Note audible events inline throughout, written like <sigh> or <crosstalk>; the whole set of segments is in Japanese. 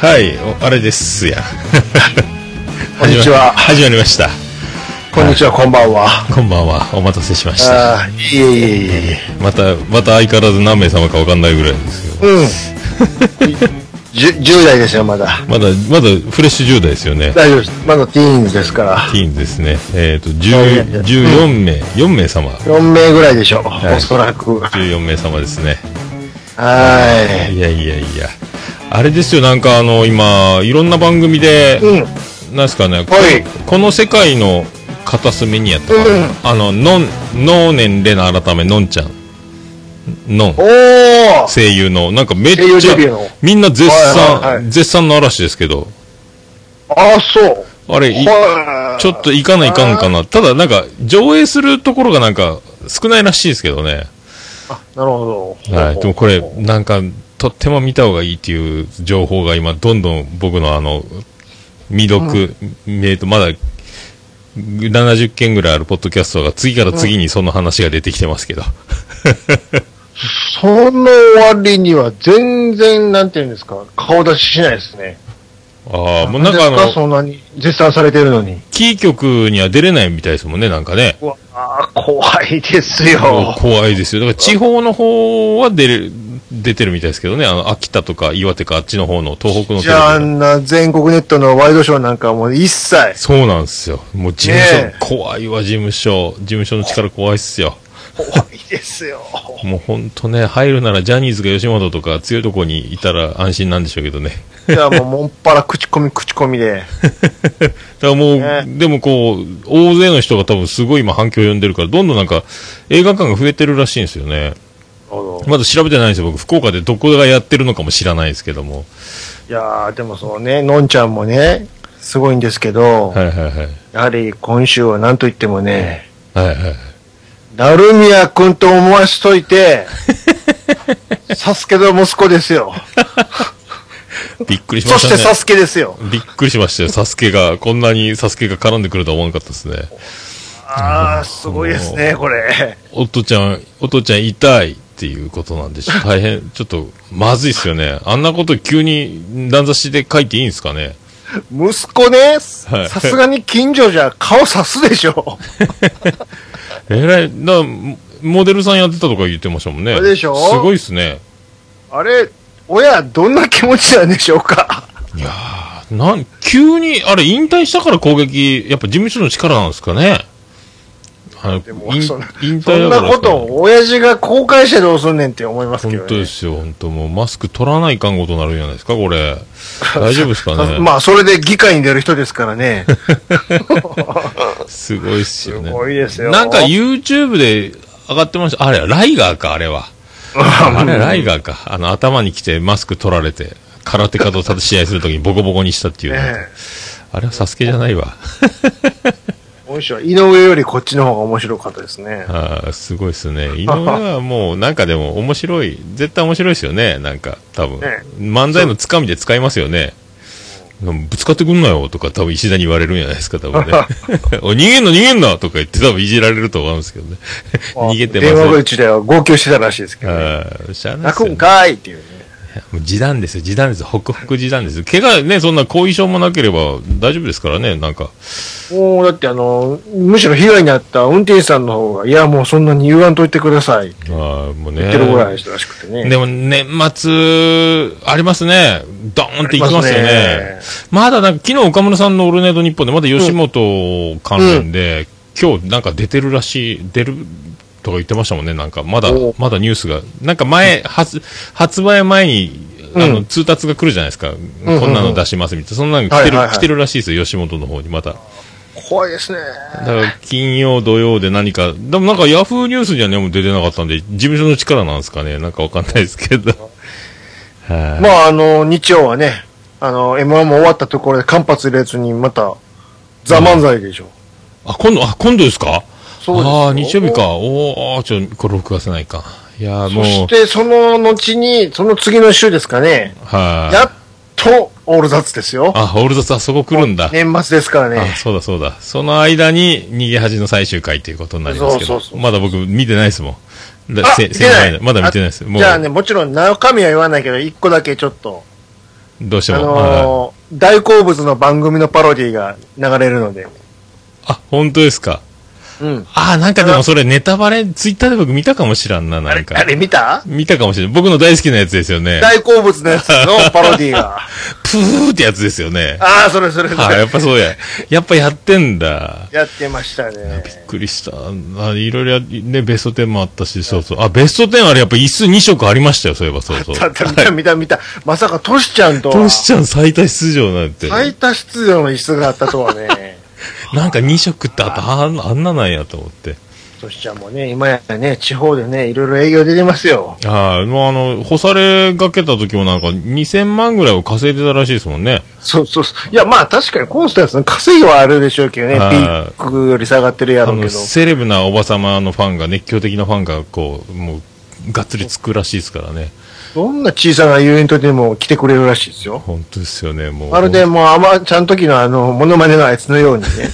はい、おあれですや。こんにちは <laughs> 始まりました。こんにちは、こんばんは。こんばんは。お待たせしました。ああ、いえいえいえいえ。また、また相変わらず何名様かわかんないぐらいですけど。うん。じゅ10代ですよ、まだ。まだ、まだフレッシュ10代ですよね。大丈夫です。まだティーンズですから。ティーンですね。えっ、と、いやい10や14名、4名様。 4名ぐらいでしょう、いおそらく。は14名様ですね。ーい。いやいやいや。あれですよ、なんかあの、今、いろんな番組で、うん。なんですかね、はいこの世界の片隅にやったかな、うんあの、のん、のーねんれな改めのんちゃん。のんお。ー声優の、なんかめっち声優デビューゃの、みんな絶賛、はいはいはい絶賛の嵐ですけど、ああ、そう。あれ、いはちょっと行かないかんかな。ただなんか、上映するところがなんか、少ないらしいですけどね。い。なるほど。はい。でもこれ、ほうほうなんか、とっても見た方がいいっていう情報が今、どんどん僕のあの、未読、えっと、まだ、70件ぐらいあるポッドキャストが次から次にその話が出てきてますけど。その割には全然、なんていうんですか、顔出ししないですね。ああ、もうなんかあですかの、そんなに、絶賛されてるのに。キー局には出れないみたいですもんね、なんかね。うわあ、怖いですよ。もう怖いですよ。だから地方の方は出れ、出てるみたいですけどね。あの、秋田とか岩手かあっちの方の東北のテじレビゃあ、はあんな全国ネットのワイドショーなんかはもう一切そうなんですよ。もう事務所、ねえ怖いわ、事務所。事務所の力怖いっすよ。怖いです <laughs> よ。もうほんとね、入るならジャニーズか吉本とか強いとこにいたら安心なんでしょうけどね。じゃあもう、もっぱら口コミ口コミで。だからもう、ねでもこう、大勢の人が多分すごい今反響を呼んでるから、どんどんなんか映画館が増えてるらしいんですよね。いまだ調べてないんですよ、僕。福岡でどこがやってるのかも知らないですけども。やー、でもそうね、のんちゃんもね、すごいんですけど、はいはいはい。やはり今週はなんといってもね、はいはいはい。なるみやくんと思わしと <laughs> いて、サスケの息子ですよ。びっくりしまそししたてね。サスケですよ。びっくりしましたよ、サスケが。こんなにサスケが絡んでくるとは思わなかったですね。あー、すごいですね、これ。おとちゃん、おとちゃん痛いっていうことなんで <laughs> しょ。大変、ちょっと、まずいっすよね。あんなこと急に、乱雑誌で書いていいんですかね。息子ね、はいさすがに近所じゃ顔さすでしょ。えらい、な、モデルさんやってたとか言ってましたもんね。そうでしょすごいっすね。あれ、親、どんな気持ちなんでしょうかいやー、なん、急に、あれ、引退したから攻撃、やっぱ事務所の力なんですかね。あの、 <laughs> でも引そん引そん退だなからこですかねとを親父が公開してどうすんねんって思いますけど、ね。本当ですよ、本当もう、マスク取らないかんことになるんじゃないですか、こ <laughs> れ。大丈夫ですかね。まあ、それで議会に出る人ですか <laughs> らね。すごいっすよね。すごいですよなんか YouTube で上がってました。あれ、ライガーか、あれ <laughs> は。あれ、ライガーか。あの、頭に来てマスク取られて、空手家と試合するときにボコボコにした <laughs> っていう、ねあれはサスケじゃないわ。今週は井上よりこっちの方が面白かったですね。あーすごいっすね。井上はもう、なんかでも面白い。絶対面白いですよね。なんか、多分。ね漫才のつかみで使いますよね。ぶつかってくんなよとか多分石田に言われるんじゃないですか、多 <laughs> 分ね。お逃げんな、逃げんなとか言って多分いじられると思うんですけどね。逃げてます電話口では号泣してたらしいですけど、ね。ああ、しゃあないっす泣くよねんかいっていうね。もう時短ですよ、時短です。ホクホク時短です。怪我ね、そんな後遺症もなければ大丈夫ですからね、なんか。もう、だってあの、むしろ被害に遭った運転手さんの方が、いや、もうそんなに言わんといてくださいってああ、もうね。言ってるぐらいの人らしくてね。でも年末、ありますね。ドーンっていきますよありねま。まだなんか、昨日岡村さんのオールネード日本で、まだ吉本関連で、今日なんか出てるらしい、出るとか言ってましたもんね、なんか。まだお、まだニュースが。なんか前、発、発売前に、あの、通達が来るじゃないですか。うんうんこんなの出しますみたいな。そんなの来てる、はいはいはい来てるらしいですよ、吉本の方にまた。怖いですね。だから金曜、土曜で何か、でもなんかヤフーニュースにはね、もう出てなかったんで、事務所の力なんですかね、なんかわかんないですけど。はいまあ、あの、日曜はね、あの、M1 も終わったところで間髪入れずに、また、ザ・漫才でしょ。あ、今度、あ、今度ですかそうですよああ、日曜日か。おおちょ、これ録画せないか。いやー、も、そうして、その後に、その次の週ですかね、はい、やっと、オールザッツですよ。あ、オールザスあそこ来るんだ。年末ですからあ、ね。そうだそうだ。その間に、逃げ恥の最終回ということになりますけそどうそう、そうまだ僕見てないですもん。だあせ見てない先輩まだ見てないです。あじゃあね、もちろん中身は言わないけど、一個だけちょっと、どうしてあも。はいのー大好物の番組のパロディが流れるので。あ、本当ですか。うん。ああ、なんかでもそれネタバレ、ツイッターで僕見たかもしらんな、なんかあ。れ見た見たかもしれない。僕の大好きなやつですよね。大好物のやつのパロデ <laughs> ィが。プーってやつですよね。ああ、それそれそはい、やれっ。ぱそうや。やっぱやってんだ。やってましたね。びっくりした。あいろいろや、ね、ベスト10もあったし、そうそう。あ、ベスト10あれやっぱ椅子2色ありましたよ、そういえば、そうそう。たた見た見た見た。まさかトシちゃんとは <laughs> トシちゃん最多出場なんて。最多出場の椅子があったとはね。 <laughs> なんか2色ってあった、あんあんななんやと思って。トシちゃんもね、今やね、地方でね、いろいろ営業出てますよ。はい。もうあの、干されがけた時もなんか2000万ぐらいを稼いでたらしいですもんね。そうそうそう。いや、まあ確かにこの人たちの稼ぎはあるでしょうけどね。ピはいークより下がってるやあろうけの、ど。セレブなおば様のファンが、熱狂的なファンが、こう、もう、がっつりつくらしいですからね。どんな小さなイベントでも来てくれるらしいですよ。本当ですよね、もう。まるでもう、あまちゃん時のあの、モノマネのあいつの <laughs> ようにね。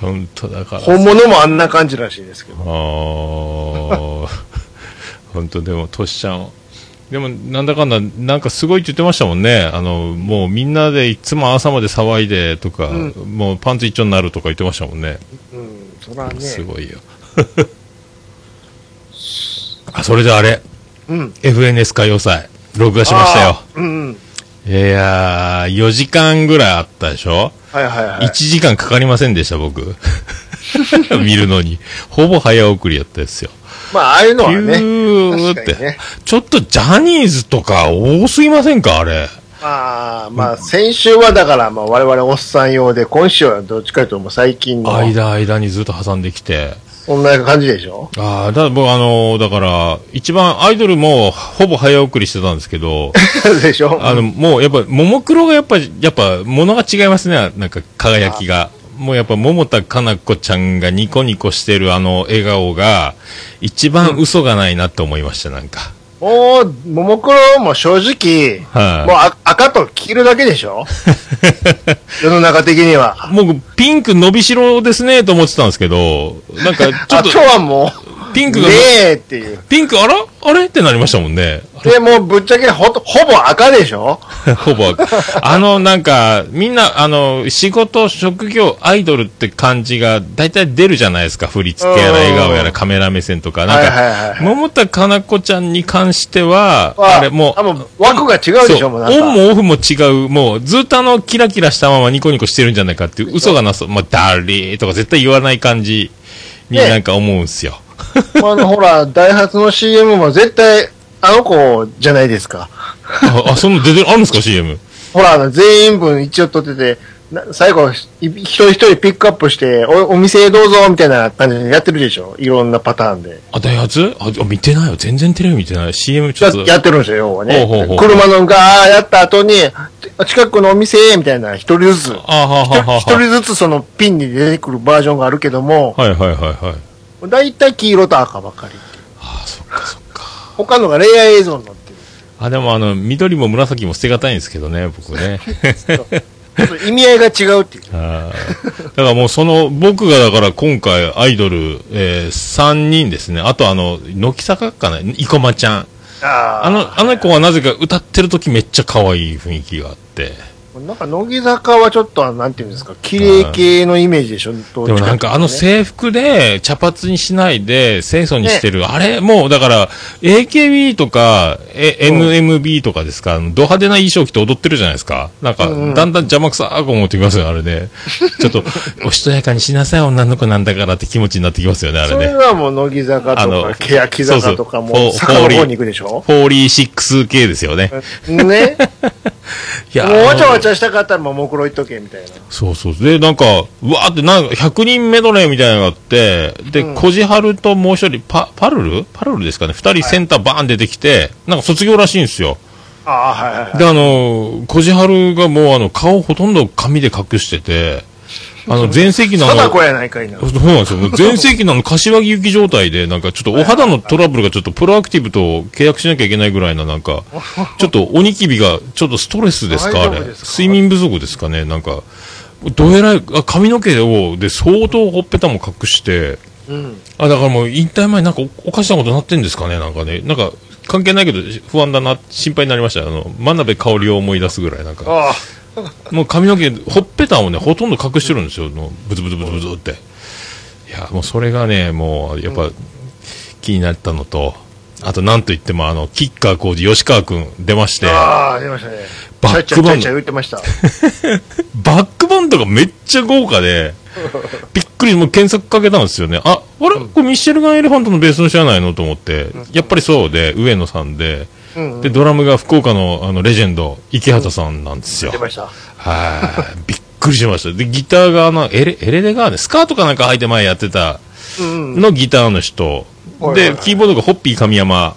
本当だから。本物もあんな感じらしいですけど。あー <laughs> 本当でも、トシちゃん。でも、なんだかんだ、なんかすごいって言ってましたもんね。あの、もうみんなでいつも朝まで騒いでとか、うんもうパンツ一丁になるとか言ってましたもんね。うん、そらね。すごいよ。 <laughs> あ、それじゃあれ、うん。 FNS 歌謡祭、録画しましたよ。あー。うんうん。いやー、4時間ぐらいあったでしょ、はいはいはい。 ?1 時間かかりませんでした、僕。 <laughs> 見るのに。ほぼ早送りやったですよ。まあ、ああいうのはピね。ューっ確かて、にねちょっとジャニーズとか多すぎませんかあれ。まあ、まあ、先週はだから、まあ、我々おっさん用で、今週はどっちかというともう最近の、間、間にずっと挟んできて。そんな感じでしょ <laughs> ああ、だ、僕あのーだから、一番アイドルもほぼ早送りしてたんですけど、でしょあの、もうやっぱ、ももクロがやっぱ、やっぱ、ものが違いますね、なんか、輝きが。もうやっぱ、桃田かな子ちゃんがニコニコしてるあの笑顔が、一番嘘がないなって思いました、なんか。 <laughs> もう、ももクロも正直、はいもうあ赤と黄色だけで <laughs> しょ世の中的には。僕、ピンク伸びしろですね、と思ってたんですけど、なんか、ちょあっとと、はもう、ピンクがねえっていう。ピンク、あらあれってなりましたもんね。で、もうぶっちゃけほと、ほぼ赤でしょ <laughs> ほぼ。あの、なんか、みんな、あの、仕事、職業、アイドルって感じが、大体出るじゃないですか。振り付けやら、うん笑顔やら、カメラ目線とか。なんはいはいはか、い桃田かな子ちゃんに関しては、ああれ、もあう、もう枠が違うでしそょうもうなんかオンもオフも違う、もう、ずっとあの、キラキラしたままニコニコしてるんじゃないかっていう、嘘がなそう。まあ、だりーとか絶対言わない感じにねなんか思うんすよ。まああの、ほら、ダイハツの CM も絶対、あの子じゃないですか。あ、あそんな出てる、あるんですか ?CM。ほら、あの全員分一応取ってて、な最後、い一人一人ピックアップして、おお店へどうぞ、みたいな感じでやってるでしょいろんなパターンで。あ、ダイハツあ、あ見てないよ。全然テレビ見てない。CM ちょやっと。やってるんですよ、要はほね。うほうほう車のガーやった後に、近くのお店へ、みたいな、一人ずつ。あはははは一人ずつそのピンに出てくるバージョンがあるけども、はいはいはいはい。だいたい黄色と赤ばっかり。ああ、そっかそっか。他のが恋愛映像になってる。あ、でもあの、緑も紫も捨てがたいんですけどね、僕ね。 <laughs> ちょっと意味合いが違うっていう。あーだからもうその、僕がだから今回アイドル、えー、3人ですね。あとあの、乃木坂かな生駒ちゃん。ああの、あの子はなぜか歌ってる時めっちゃ可愛い雰囲気があって。の、なんか乃木坂はちょっと、なんていうんですか、綺麗系のイメージでしょ、どっでちかっていうとねもなんかあの制服で茶髪にしないで清楚にしてる、あれもうだから AKB とか、えうん MMB とかですか、あのド派手な衣装着て踊ってるじゃないですか。なんかうんうんだんだん邪魔くさーく思ってきますよね、あれ <laughs> ね。ちょっとおしとやかにしなさい女の子なんだからって気持ちになってきますよね、あれそれね。はもう乃木坂あとのか、欅坂とかそうそうも、坂の方に行くでしょ46系ですよね。ね。いやもうわちゃわちゃしたかったらももクロいっとけ、みたいな。そうそう。で、なんか、うわーって、なんか、100人メドレーみたいなのがあって、で、うんこじはるともう一人、パ、パルルパルルですかね。二人センターバーン出てきて、なんか卒業らしいんですよ。ああ、はいはいはい。で、あの、こじはるがもう、あの、顔ほとんど紙で隠してて、あの、全盛期のあの貞、子やないかいな。そうなんですよ。もう全盛期のあの、柏木行き状態で、なんかちょっとお肌のトラブルがちょっとプロアクティブと契約しなきゃいけないぐらいな、なんか、ちょっとおにきびがちょっとストレスですか、あ大丈れ。夫ですか睡眠不足ですかね、なんか。どえらい、あ髪の毛を、で、相当ほっぺたも隠して、うん。あ、だからもう引退前なんかおおかしなことなってんですかねなんかね。なんか関係ないけど不安だな、心配になりました。あの、真鍋香織を思い出すぐらいなんか。ああ。もう髪の毛、ほっぺたをね、ほとんど隠してるんですよ。もうブツブツブツブツって。いや、もうそれがね、もう、やっぱ、気になったのと、あと、なんといっても、あの、キッカー工事、吉川くん出まして、バああ、出ましたね。バックボーンちゃいちゃいちゃい言ってました。ックバンドがめっちゃ豪華で、びっくり、もう検索かけたんですよね。あ、あれこれミシェルガン・エレファントのベースの人じゃないのと思って、やっぱりそうで、上野さんで、うん、うん。で、ドラムが福岡の、あの、レジェンド、池畑さんなんですよ出。ました。はい。びっくりしました。で、ギターがあの、エレ、エレレガーね、スカートかなんか履いて前やってた、うん、うん。のギターの人。はいはいでは、いキーボードがホッピー神山。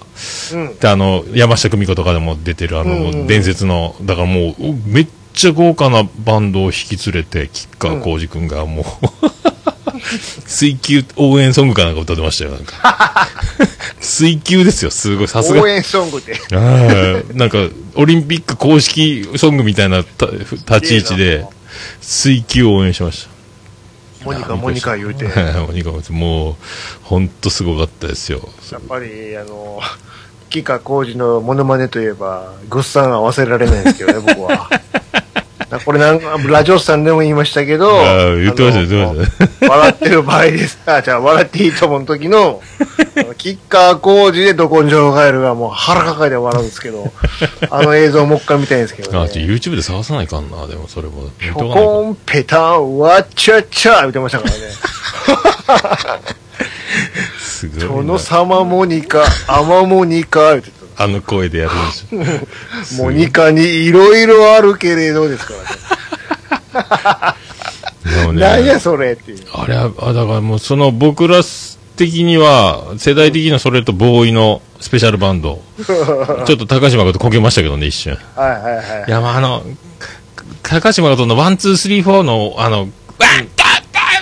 うん。で、あの、山下久美子とかでも出てる、あうんうんうの、ん伝説の、だからもう、めっちゃ豪華なバンドを引き連れて、吉川浩司くんがもう、 <laughs> 水球応援ソングかなんか歌ってましたよ、なん <laughs> か。水球ですよ、すごい、さすが応。援ソングで。ああ、なんか、オリンピック公式ソングみたいなた立ち位置で、水球を応援しましモニカ、モニカ言うて。た。 <laughs> やはい、おにかくもう、ほんとすごかったですよ。っぱり、あの、 <laughs> 吉川浩司のモノマネといえば、グッサンは忘れられないんですけどね、<laughs> 僕は。なこれなんか、ラジオさんでも言いましたけど、ああ言ってました言ってました。 <laughs> 笑ってる場合です。あ、じゃあ、笑っていいと思う <laughs> 時の、あの吉川浩司でど根性ガエルがもう腹抱えて笑うんですけど、あの映像もう一回見たいんですけど、ね。あ、ちょ、YouTube で探さないかんな、でもそれも。ピ見とョかないかコン、ペタン、ワッチャッチャー言ってましたからね。 <laughs> すごそいなの。サマモニカ、アマモニカ言ってた。あの声でやるんでしょ。すモごいニカにいろいろあるけれどですからね。でもね何やそれっていう。あれは、あだからもう、その僕ら的には、世代的にはそれとボーイのスペシャルバン <laughs> ド。ちょっと高島がこけましたけどね、一瞬。はいはいはいい。や、まあ、あの、か高島がその、ワン、ツー、スリー、フォーの、あの、ワン、ダン、ダンっ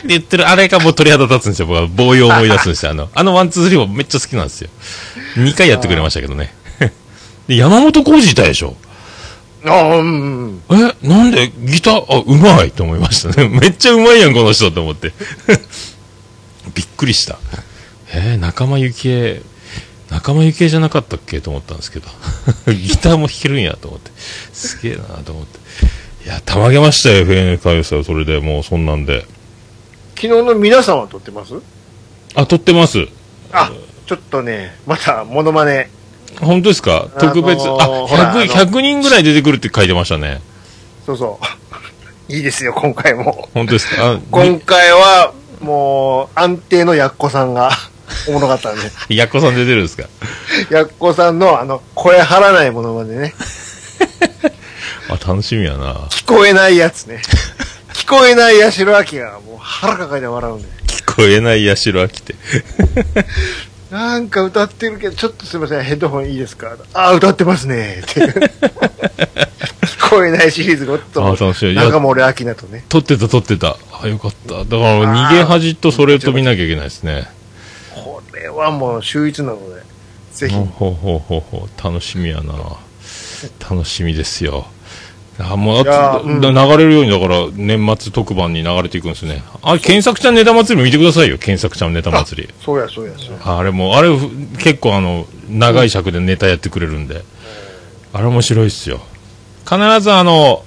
て言ってる、あれがもう鳥肌立つんですよ。僕は、棒を思い出すんですよ。あの、あのワン、ツー、スリー、フォーめっちゃ好きなんですよ。2回やってくれましたけどね。 <laughs> で、山本浩二いたでしょ。あうんうんえ、なんで、ギター、あ、うまいと思いましたね。 <laughs> めっちゃうまいやん、この人と思って。 <laughs> びっくりした。えー、仲間由紀恵、仲間由紀恵じゃなかったっけと思ったんですけど。 <laughs> ギターも弾けるんやと思って。すげえなと思って。いや、たまげましたよ、FNA 歌謡祭はそれでもうそんなんで。昨日の皆さんは撮ってますあ、撮ってます。あ、ちょっとね、またモノマネ。本当ですか特別、ああのーほらあの100、100人ぐらい出てくるって書いてましたね。そうそう。 <laughs> いいですよ、今回も。本当ですかあ、今回は、もう、安定のやっこさんが、おもろかったんで。にやっこさん出てるんですかやっこさんの、あの、声張らないモノマネね。あ、楽しみやな聞こえないやつね。聞こえない八代亜紀が、もう腹抱えて笑うんで。聞こえない八代飽きて。なんか歌ってるけど、ちょっとすいません、ヘッドホンいいですかああ、歌ってますね。って <laughs> 聞こえないシリーズごっと。あー楽しいいや中森明菜とね。撮ってた撮ってた。あ、よかった。だから、逃げ恥とそれと見なきゃいけないですね。これはもう秀逸なので、ぜひ。ほうほうほうほう。楽しみやな。楽しみですよ。あ、もう、あいやとうん流れるように、だから、年末特番に流れていくんですね。あ、検索ちゃんネタ祭り見てくださいよ。検索ちゃんネタ祭り。そうや、そうや、そうや。あれも、あれ、ふ結構あの、長い尺でネタやってくれるんで。あれ面白いっすよ。必ずあの、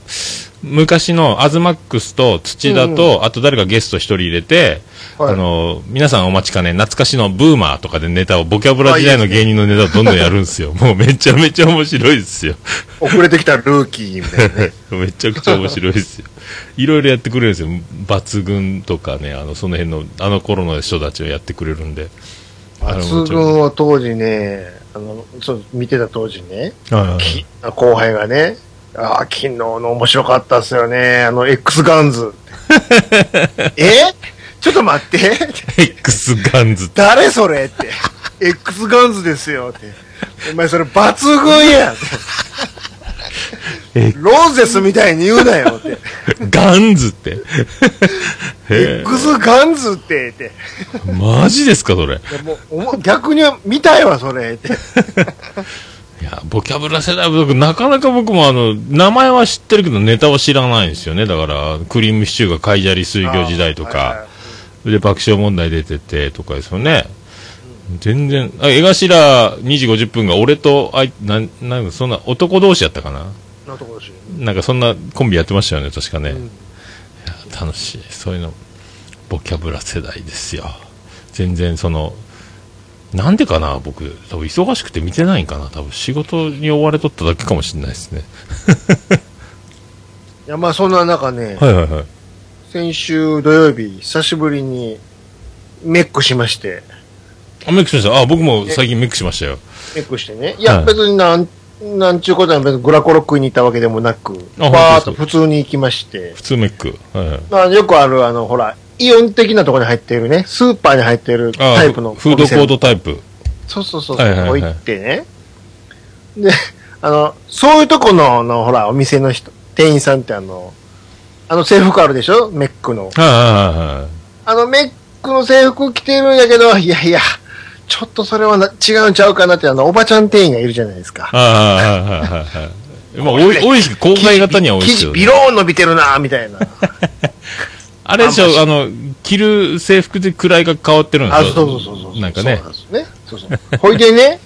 昔のアズマックスと土田と、あと誰かゲスト一人入れて、はいあの、皆さんお待ちかね、懐かしのブーマーとかでネタを、ボキャブラ時代のあいいです芸人のネタをどんどんやるんですよ。 <laughs> もうめちゃめちゃ面白いですよ。 <laughs> 遅れてきたルーキーみたいなね。めちゃくちゃ面白いですよ。いろいろやってくれるんですよ。抜群とかね、あの、その辺の、あの頃の人たちをやってくれるんで。 <laughs> <laughs> あれも抜ちろん群を当時ね、あの、そう、見てた当時ね、はいはいはいき後輩がね、ああ、昨日の面白かったっすよね、あの、X ガ <laughs> ンズ。えちょっと待って。 X ガンズ誰それって。X ガンズですよって。お前それ抜群やんって。ローゼスみたいに言うなよって。ガンズって。 <laughs> へえ X ガンズってって。マジですか、それ。いやもうおも逆に見たいわ、それって。いや、ボキャブラ世代、僕なかなか僕もあの、名前は知ってるけど、ネタは知らないんですよね。だから、クリームシチューがカイジャリ水魚時代とあーはいかはい、で、爆笑問題出ててとかですよね。全然、あ江頭2時50分が俺と、あい、なん、なんかそんな男同士やったかななところし。なんかそんなコンビやってましたよね、確かね。うん楽しいそういうのボキャブラ世代ですよ全然そのなんでかな僕多分忙しくて見てないんかな多分仕事に追われとっただけかもしれないですねいや、まあそんな中ね、はいはいはい先週土曜日、久しぶりにメックしまして、あメイクしましたあ僕も最近メイクしましたよメックしてね。いや、はい別になん、なんちゅうことは別にグラコロ食いに行ったわけでもなく、あ本バーっ当とですか普通に行きまして、普通メイクはいはいまあよくある、あの、ほら、イオン的なところに入っているね、スーパーに入っているあタイプのフフードコート。トタイプそうそうそう、はいはいはいこう行ってね。で、あの、そういうとこの、あの、ほら、お店の人、店員さんってあの、あの制服あるでしょメックの。はいはいはいはいあの、メックの制服着てるんやけど、いやいや、ちょっとそれはな違うんちゃうかなって、あの、おばちゃん店員がいるじゃないですか。はいはいはいはいはいまあ多い多いし郊外型には多い生です地よビねローン伸びてるな、みたいな。あれでしょあの着る制服で位が変わってるんですあ、よそうそうそうそう。なんかねそうなんですね。そうそう。ほ <laughs> いでね、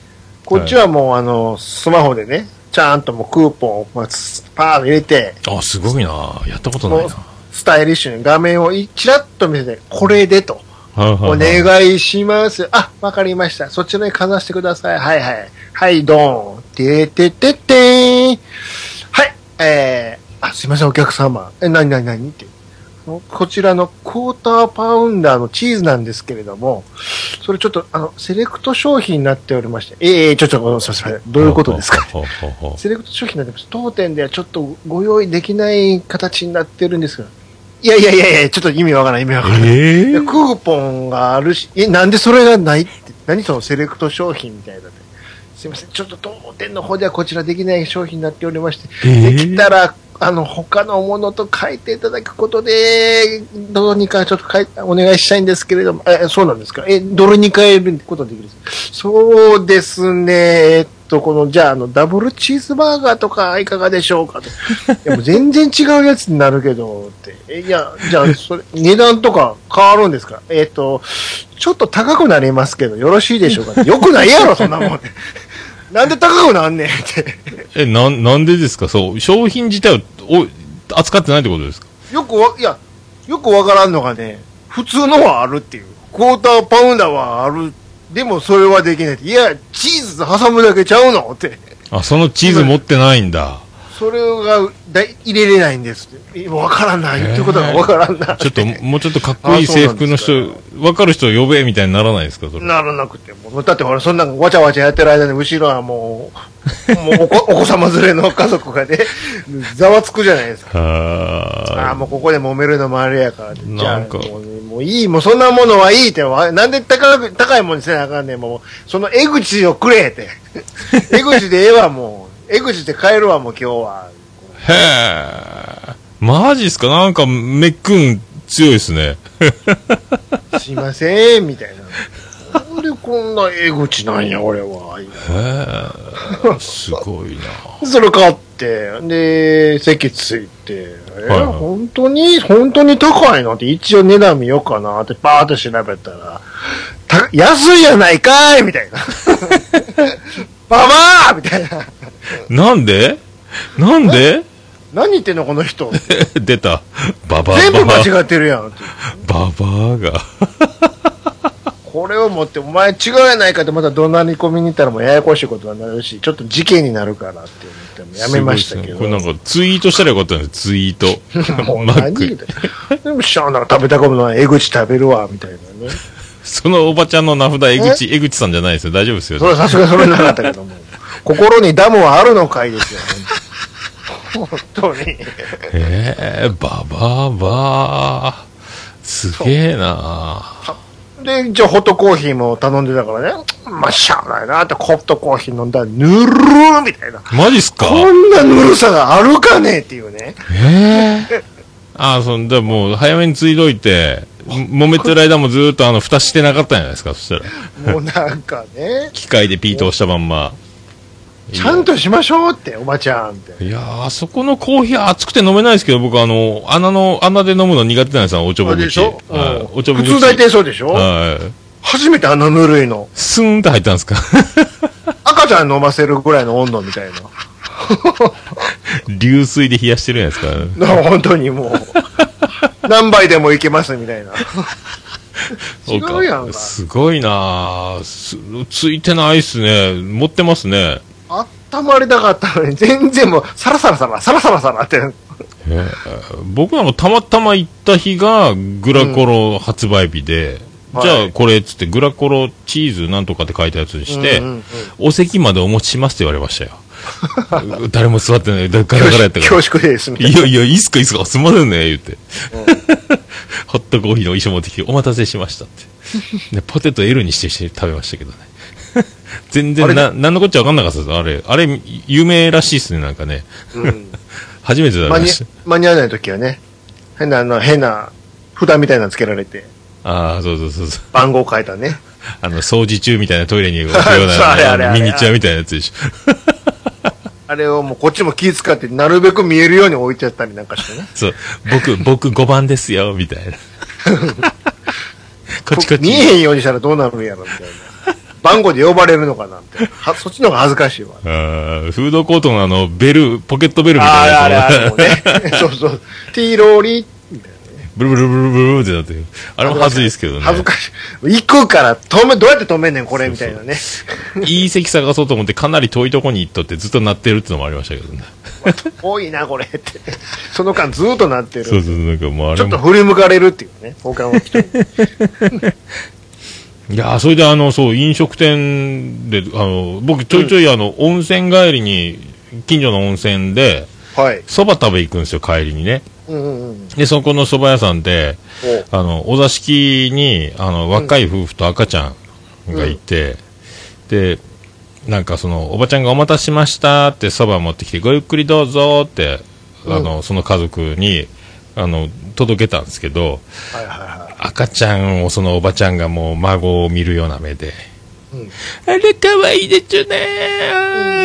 こっちはもう、あの、スマホでね、ちゃんともうクーポンをまあつパーン入れて、あすごいなやったことなもいうなスタイリッシュに画面をいちらっと見せて、これでと。はいはいおはい願いします。あ、わかりました。そちらにかざしてください。はいはい。はい、ドーン。てーてってってーん。はい、えー、あ、すいません、お客様。え、なになになにって。こちらのクォーターパウンダーのチーズなんですけれども、それちょっと、あの、セレクト商品になっておりまして、ええちょ、ちょ、すいません、どういうことですかほうほうほうほうセレクト商品になってます。当店ではちょっとご用意できない形になってるんですが、いやいやいやいや、ちょっと意味わからない、意味わからない。えでークーポンがあるし、え、なんでそれがないって、何そのセレクト商品みたいなって。すいません、ちょっと当店の方ではこちらできない商品になっておりまして、えーできたら、あの、他のものと変えていただくことで、どうにかちょっと変え、お願いしたいんですけれども、え、そうなんですかえ、どれに変えることできるんですかそうですね、えっと、この、じゃあ、あの、ダブルチーズバーガーとかいかがでしょうかと。い <laughs> や、もう全然違うやつになるけど、って。え、いや、じゃあ、それ、値段とか変わるんですかえっと、ちょっと高くなりますけど、よろしいでしょうかよくないやろ、そんなもん。なんで高くなんねんって。え、なん、なんでですかそう、商品自体をお扱ってないってことですかよくわ、いや、よくわからんのがね、普通のはあるっていう。クォーターパウンダーはある。でもそれはできないって。いや、チーズ挟むだけちゃうのって。あ、そのチーズ持ってないんだ。それがだい入れれないんですって。えわからない。えー言ってることがわからんな。ちょっと、もうちょっとかっこいいあそう制なん服でのすか人、わかる人呼べみたいにならないですかそれ。ならなくても。だってほら、そんなんわちゃわちゃやってる間に、後ろはもう、もうお子お子様連れの家族がね、ざわつくじゃないですか。ああ、はもうここで揉めるのもあれやからね、じゃあなんかもうねもういい、もうそんなものはいいって、わなんで高く高いもんにせなあかんねん、もう、その江口をくれ <laughs> って。江口でええわ、もう。江口で帰るわ、もう今日は。ーへえ。マジっすかなんか、めっくん強いですね。すいません、みたいな。なんでこんな江口なんや、俺は。へえ。すごいな。それ買って、で、席ついて、えはいはい本当に、本当に高いのって一応値段見ようかなってバーって調べたら、た安いやないかいみ <laughs> たいな。ババアみたいな。なんでなんで <laughs> 何言ってんのこの人。出た。ババ全部バ間違ってるやんって。ババアが。これを持って、お前違うやないかってまた怒鳴り込みに行ったらもうややこしいことになるし、ちょっと事件になるからって思ってもやめましたけすど。ごいっすねこれなんかツイートしたらよかったんですツイートもうマッ何言うクてでもしゃあなら食べたことない。江口食べるわ、みたいなね。そのおばちゃんの名札江口江口さんじゃないですよ大丈夫ですよそれはさすがにそれなかったけども。心にダムはあるのかいですよ、本当に。ええー、ババアバアすげえなで、一応ホットコーヒーも頼んでたからね。まあ、しゃあないなって、ホットコーヒー飲んだら、ぬるーみたいな。マジっすかこんなぬるさがあるかねっていうね。ええー、ああそんでもう早めについといても揉めてる間もずーっとあの蓋してなかったんじゃないですかそしたらもうなんかね。機械でピート押したまんまちゃんとしましょうって、おばちゃんって。いやー、あそこのコーヒー熱くて飲めないですけど、僕あの、穴の、穴で飲むの苦手なんですよ、おちょぼあれで口。しょはいうんおちょぼ普口。通大体そうでしょはい。初めてあのぬるいの。スーンって入ったんですか <laughs> 赤ちゃん飲ませるぐらいの温度みたいな。流水で冷やしてるやつか。だから本当にもう、何杯でもいけますみたいな。違そうかうやんか。すごいなーすついてないっすね。持ってますね。あったまりたかったのに、全然もう、サラサラサラ、サラサラサラって。えー僕なんかたまたま行った日がグラコロ発売日で、うんじゃはあいこれっつってグラコロチーズなんとかって書いたやつにして、うんうんうんお席までお持ちしますって言われましたよ。 <laughs> 誰も座ってない。だガラガラやったから恐。縮です、みたいいな。やいや、いいっすかいいっすかすみませんね、言って。ホットコーヒーの衣装持ってきて、お待たせしましたって。で、ポテト L にしてして食べましたけどね。 <laughs> 全然な、なんのこっちゃわかんなかったです。あれ、あれ、有名らしいっすね、なんかね。うん初めて食べ間まにした。間に合わない時はね、変な、あの、変な、札みたいなのつけられて、ああ、そうそうそうそう。番号変えたね。あの、掃除中みたいなトイレに置くようそうあれあれな、あミれニチュアみたいなやつでしょ。あれをもうこっちも気使って、なるべく見えるように置いてやったりなんかしてね。そう、僕、僕5番ですよ、みたいな。こっちこっ見ち。えへんようにしたらどうなるんやろ、みたいな。番号で呼ばれるのかな、みたいな。はそっちの方が恥ずかしいわ。あーフードコートのあの、ベル、ポケットベルみたあいれなあれやあつもれもね。 <laughs> そうそう。ティーローリーみたいな。ブルブルブルブルってなってる。あれも恥ずいですけどね。恥ずかしい。行くから止め、どうやって止めんねん、これ、みたいなね。いい席探そうと思ってかなり遠いとこに行っとってずっと鳴ってるってのもありましたけどね。多いな、これって。その間ずーっとなってる。そうそう、なんかもうあちれょっとも。振り向かれるっていうね、他の人に。いやーそれであの、そう、飲食店で、あの、僕ちょいちょいあの、温泉帰りに、近所の温泉で、はい。蕎麦食べ行くんですよ、帰りにね。うんうんうん。で、そこの蕎麦屋さんで、おあの、お座敷に、あの、若い夫婦と赤ちゃんがいて、で、なんかその、おばちゃんがお待たせしましたってそば持ってきて、ごゆっくりどうぞって、あの、その家族に、あの、届けたんですけど、はいはいは赤ちゃんをそのおばちゃんがもう孫を見るような目で、うんあれ可愛いでちゅね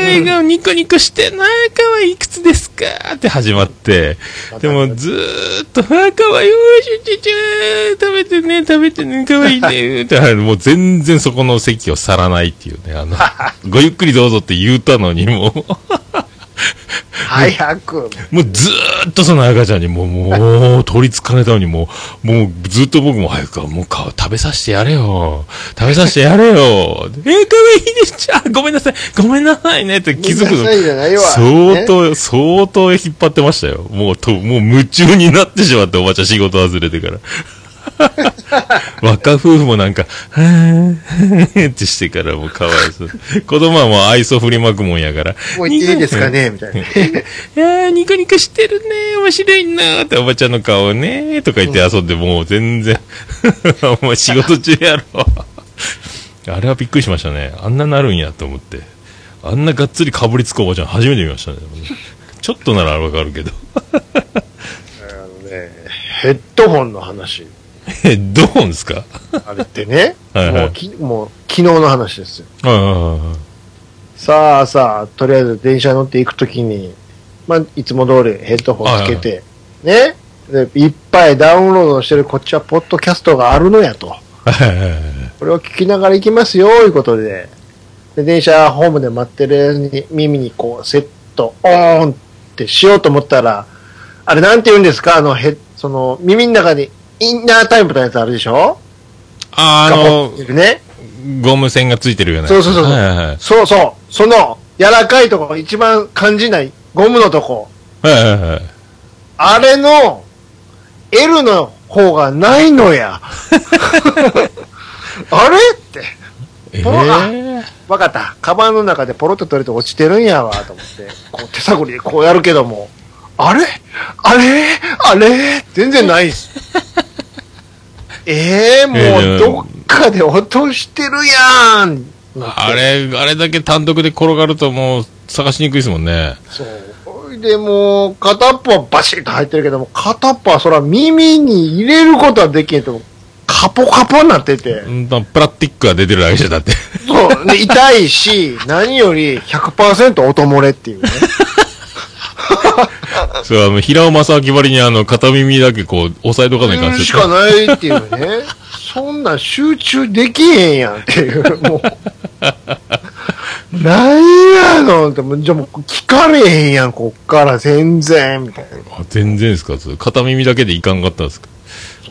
笑顔ニコニコしてな可愛いいくつですかって始まってでもずーっとあ可愛いおいしいちゅちゅ食べてね食べてね可愛いねってあのもう全然そこの席を去らないっていうねあ <laughs> のごゆっくりどうぞって言うたのにもうい。早く。もうずーっとその赤ちゃんにもう、もう、取りつかれたのにもう、もうずっと僕も早く、もう顔食べさせてやれよ。食べさせてやれよ。えー、かわいいでしょ。あごめんなさい。ごめんなさいねって気づくごめんなさいじゃないわ相当、相当引っ張ってましたよ。もう、と、もう夢中になってしまって、おばちゃん仕事忘れて <laughs> から。若夫婦もなんか、はぁ、はぁってしてからもうかわいそう。子供はもう愛想振りまくもんやから。もう行っていいですかね <laughs> みたいな。いやー、ニコニコしてるね、面白いなーって、おばちゃんの顔ねーとか言って遊んで、もう全然、 <laughs> お前仕事中やろ。 <laughs> あれはびっくりしましたね。あんななるんやと思って。あんながっつりかぶりつくおばちゃん初めて見ましたね。 <laughs> ちょっとならわかるけど。 <laughs> あのね、ヘッドホンの話。え、どうなんですか。あれってねはいはいもうきもう昨日の話ですよ。ああ、さあさあ、とりあえず電車乗って行くときに、まあ、いつも通りヘッドホンつけて、ね。で、いっぱいダウンロードしてるこっちはポッドキャストがあるのやと。はいはいはいこれを聞きながら行きますよ、いうことで。で、電車ホームで待ってる間に耳にこうセットオーンってしようと思ったら、あれなんて言うんですかあの、へ、その、耳の中にインナータイプのやつあるでしょあのガポッていうね。ゴム線がついてるよね。そうそうそうそうはいはいはいそうそう。その、柔らかいとこ、一番感じないゴムのとこ。はいはいはい。あれの、L の方がないの <laughs> や。あれって。えほらーわかった。カバンの中でポロッと取れて落ちてるんやわ、と思 <laughs> って。こう手探りでこうやるけども。あれあれあれ全然ないっす。 <laughs> えええもーうどっかで落としてるやん。あれ、あれだけ単独で転がるともう探しにくいですもんね。そう。ほいで、もう、片っぽはバシッと入ってるけども、片っぽはそら耳に入れることはできんと、カポカポになってて、うんまあプラスティックが出てるだけじゃだって。そう、で痛いし、何より100%音漏れっていうね。そう、あの、平尾正明ばりにあの、片耳だけこう、押さえとかない感じしかないっていうね。 <laughs> そんなん集中できへんやんっていう、もう。何やのって、もうじゃあもう聞かれへんやん、こっから全然、みたいな。あ全然ですかそれ片耳だけでいかんかったんですか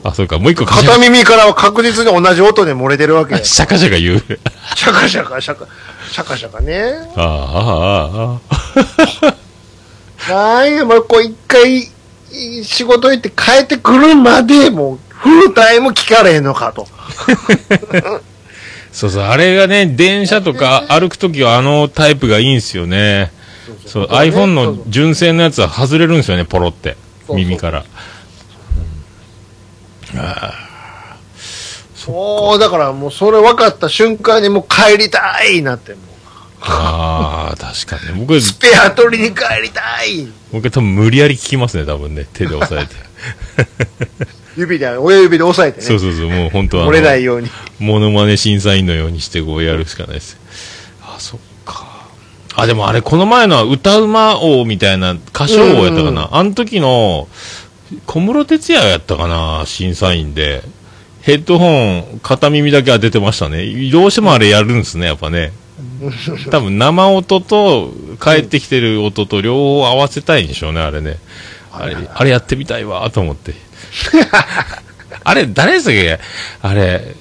あ、そうか。もう一個片耳からは確実に同じ音で漏れてるわけやん。シシャカシャカ言う。ャカシャカ、シャカ、シャカシャカね。ああ、ああ、あないよ、もうこう一回、い仕事行って帰ってくるまで、もう、フルタイム聞かれへんのかと。あ。そうそう。あれがね、電車とか歩くときはあのタイプがいいんすよね。そう、そうね iPhone そうそのう純正のやつは外れるんですよね、ポロって。そうそう耳から。そう、だからもうそれ分かった瞬間にもう帰りたいなって、もうああ、確かに。僕、スペア取りに帰りたい僕多分無理やり聞きますね、多分ね。手で押さえ <laughs> て。指で、親指で押さえてそうね。そうそう、もう本当はあ漏の。れないように。モノマネ審査員のようにしてこうやるしかないです。あ、そっか。あ、でもあれ、この前のは歌うま王みたいな歌唱王やったかな。うんうんあの時の、小室哲也やったかな、審査員で。ヘッドホン、片耳だけ当ててましたね。どうしてもあれやるんですね、やっぱね。多分生音と帰ってきてる音と両方合わせたいんでしょうね、あれね。あれ、あれやってみたいわ、と思って。 <laughs> あれ、誰でしたっけあれ、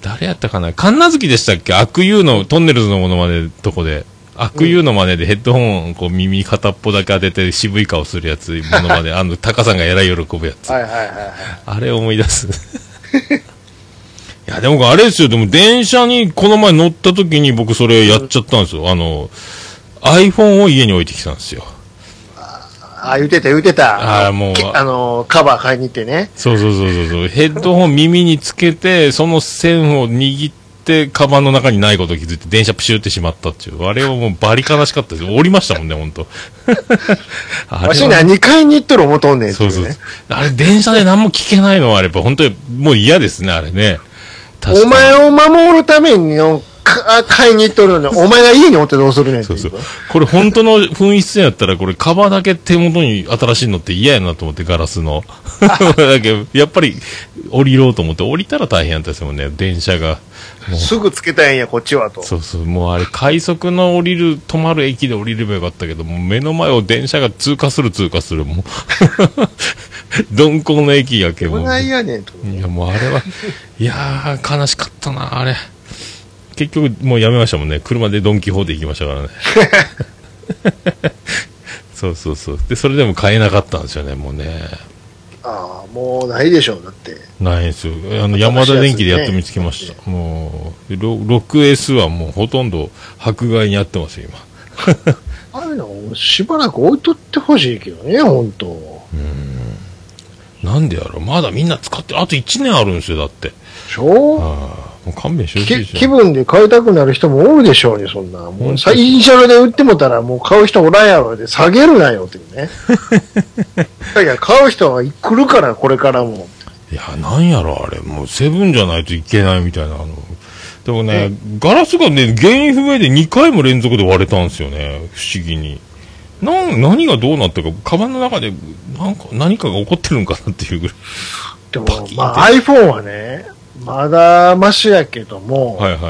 誰やったかな神奈月でしたっけ悪友の、トンネルズのものまでとこで。悪友の真似でヘッドホンをこう耳片っぽだけ当てて渋い顔するやつ、ものまで。あの、タカさんがえらい喜ぶやつ。はいはいはいはい。あれ思い出す。 <laughs> いや、でもあれですよ。でも電車にこの前乗った時に僕それやっちゃったんですよ。あの、iPhone を家に置いてきたんですよ。あ、言うてた言うてた。あーもうけあのー、カバー買いに行ってね。そうそうそうそうそう。ヘッドホン耳につけて、その線を握って、カバンの中にないことを気づいて、電車プシュってしまったっていう。あれはもうバリ悲しかったです。降りましたもんね、ほ <laughs> んと。あれはわし何回に行っとる思うとんねんってそいううそうね。。あれ、電車で何も聞けないのは、あれ、やっぱ本当にもう嫌ですね、あれね。確かにお前を守るためにの、か買いに行っとるのに、お前が家におってどうするねんってそいううそう。これ本当の紛失やったら、これカバーだけ手元に新しいのって嫌やなと思って、ガラスの。 <laughs> だけど、やっぱり降りようと思って、降りたら大変やったですもんね、電車が。もうすぐつけたいんや、こっちはと。そうそう、もうあれ、快速の降りる、止まる駅で降りればよかったけど、もう目の前を電車が通過する通過する、もう。 <laughs> 鈍行の駅やけ、どもう。ないやねんと。いや、もうあれは、いやー、悲しかったな、あれ。結局、もうやめましたもんね。車でドン・キホーテ行きました <laughs> からね。そうそうそう。で、それでも買えなかったんですよね、もうね。ああ、もうないでしょう、だって。ないんですよ。あの、山田電機でやっと見つけました。もう、ろ 6S はもうほとんど迫害にあってますよ、今。あれの、しばらく置いとってほしいけどね、ほんと。なんでやろうまだみんな使って、あと1年あるんですよ、だって。しょああ、もう勘弁してほしいけですよ気分で買いたくなる人もおるでしょうね、そんな。もう、最イシャルで売ってもたら、もう買う人おらんやろで、下げるなよ、っ <laughs> ていうね。いやいや、買う人は来るから、これからも。いや、なんやろ、あれ。もう、セブンじゃないといけないみたいな。あのでもね、ガラスがね、原因不明で2回も連続で割れたんですよね。不思議に。なん、何がどうなったか、カバンの中で、なんか、何かが起こってるんかなっていうぐらい。でもパキンっ、てまあ、iPhone はね、まだマシやけども、はいはい。ま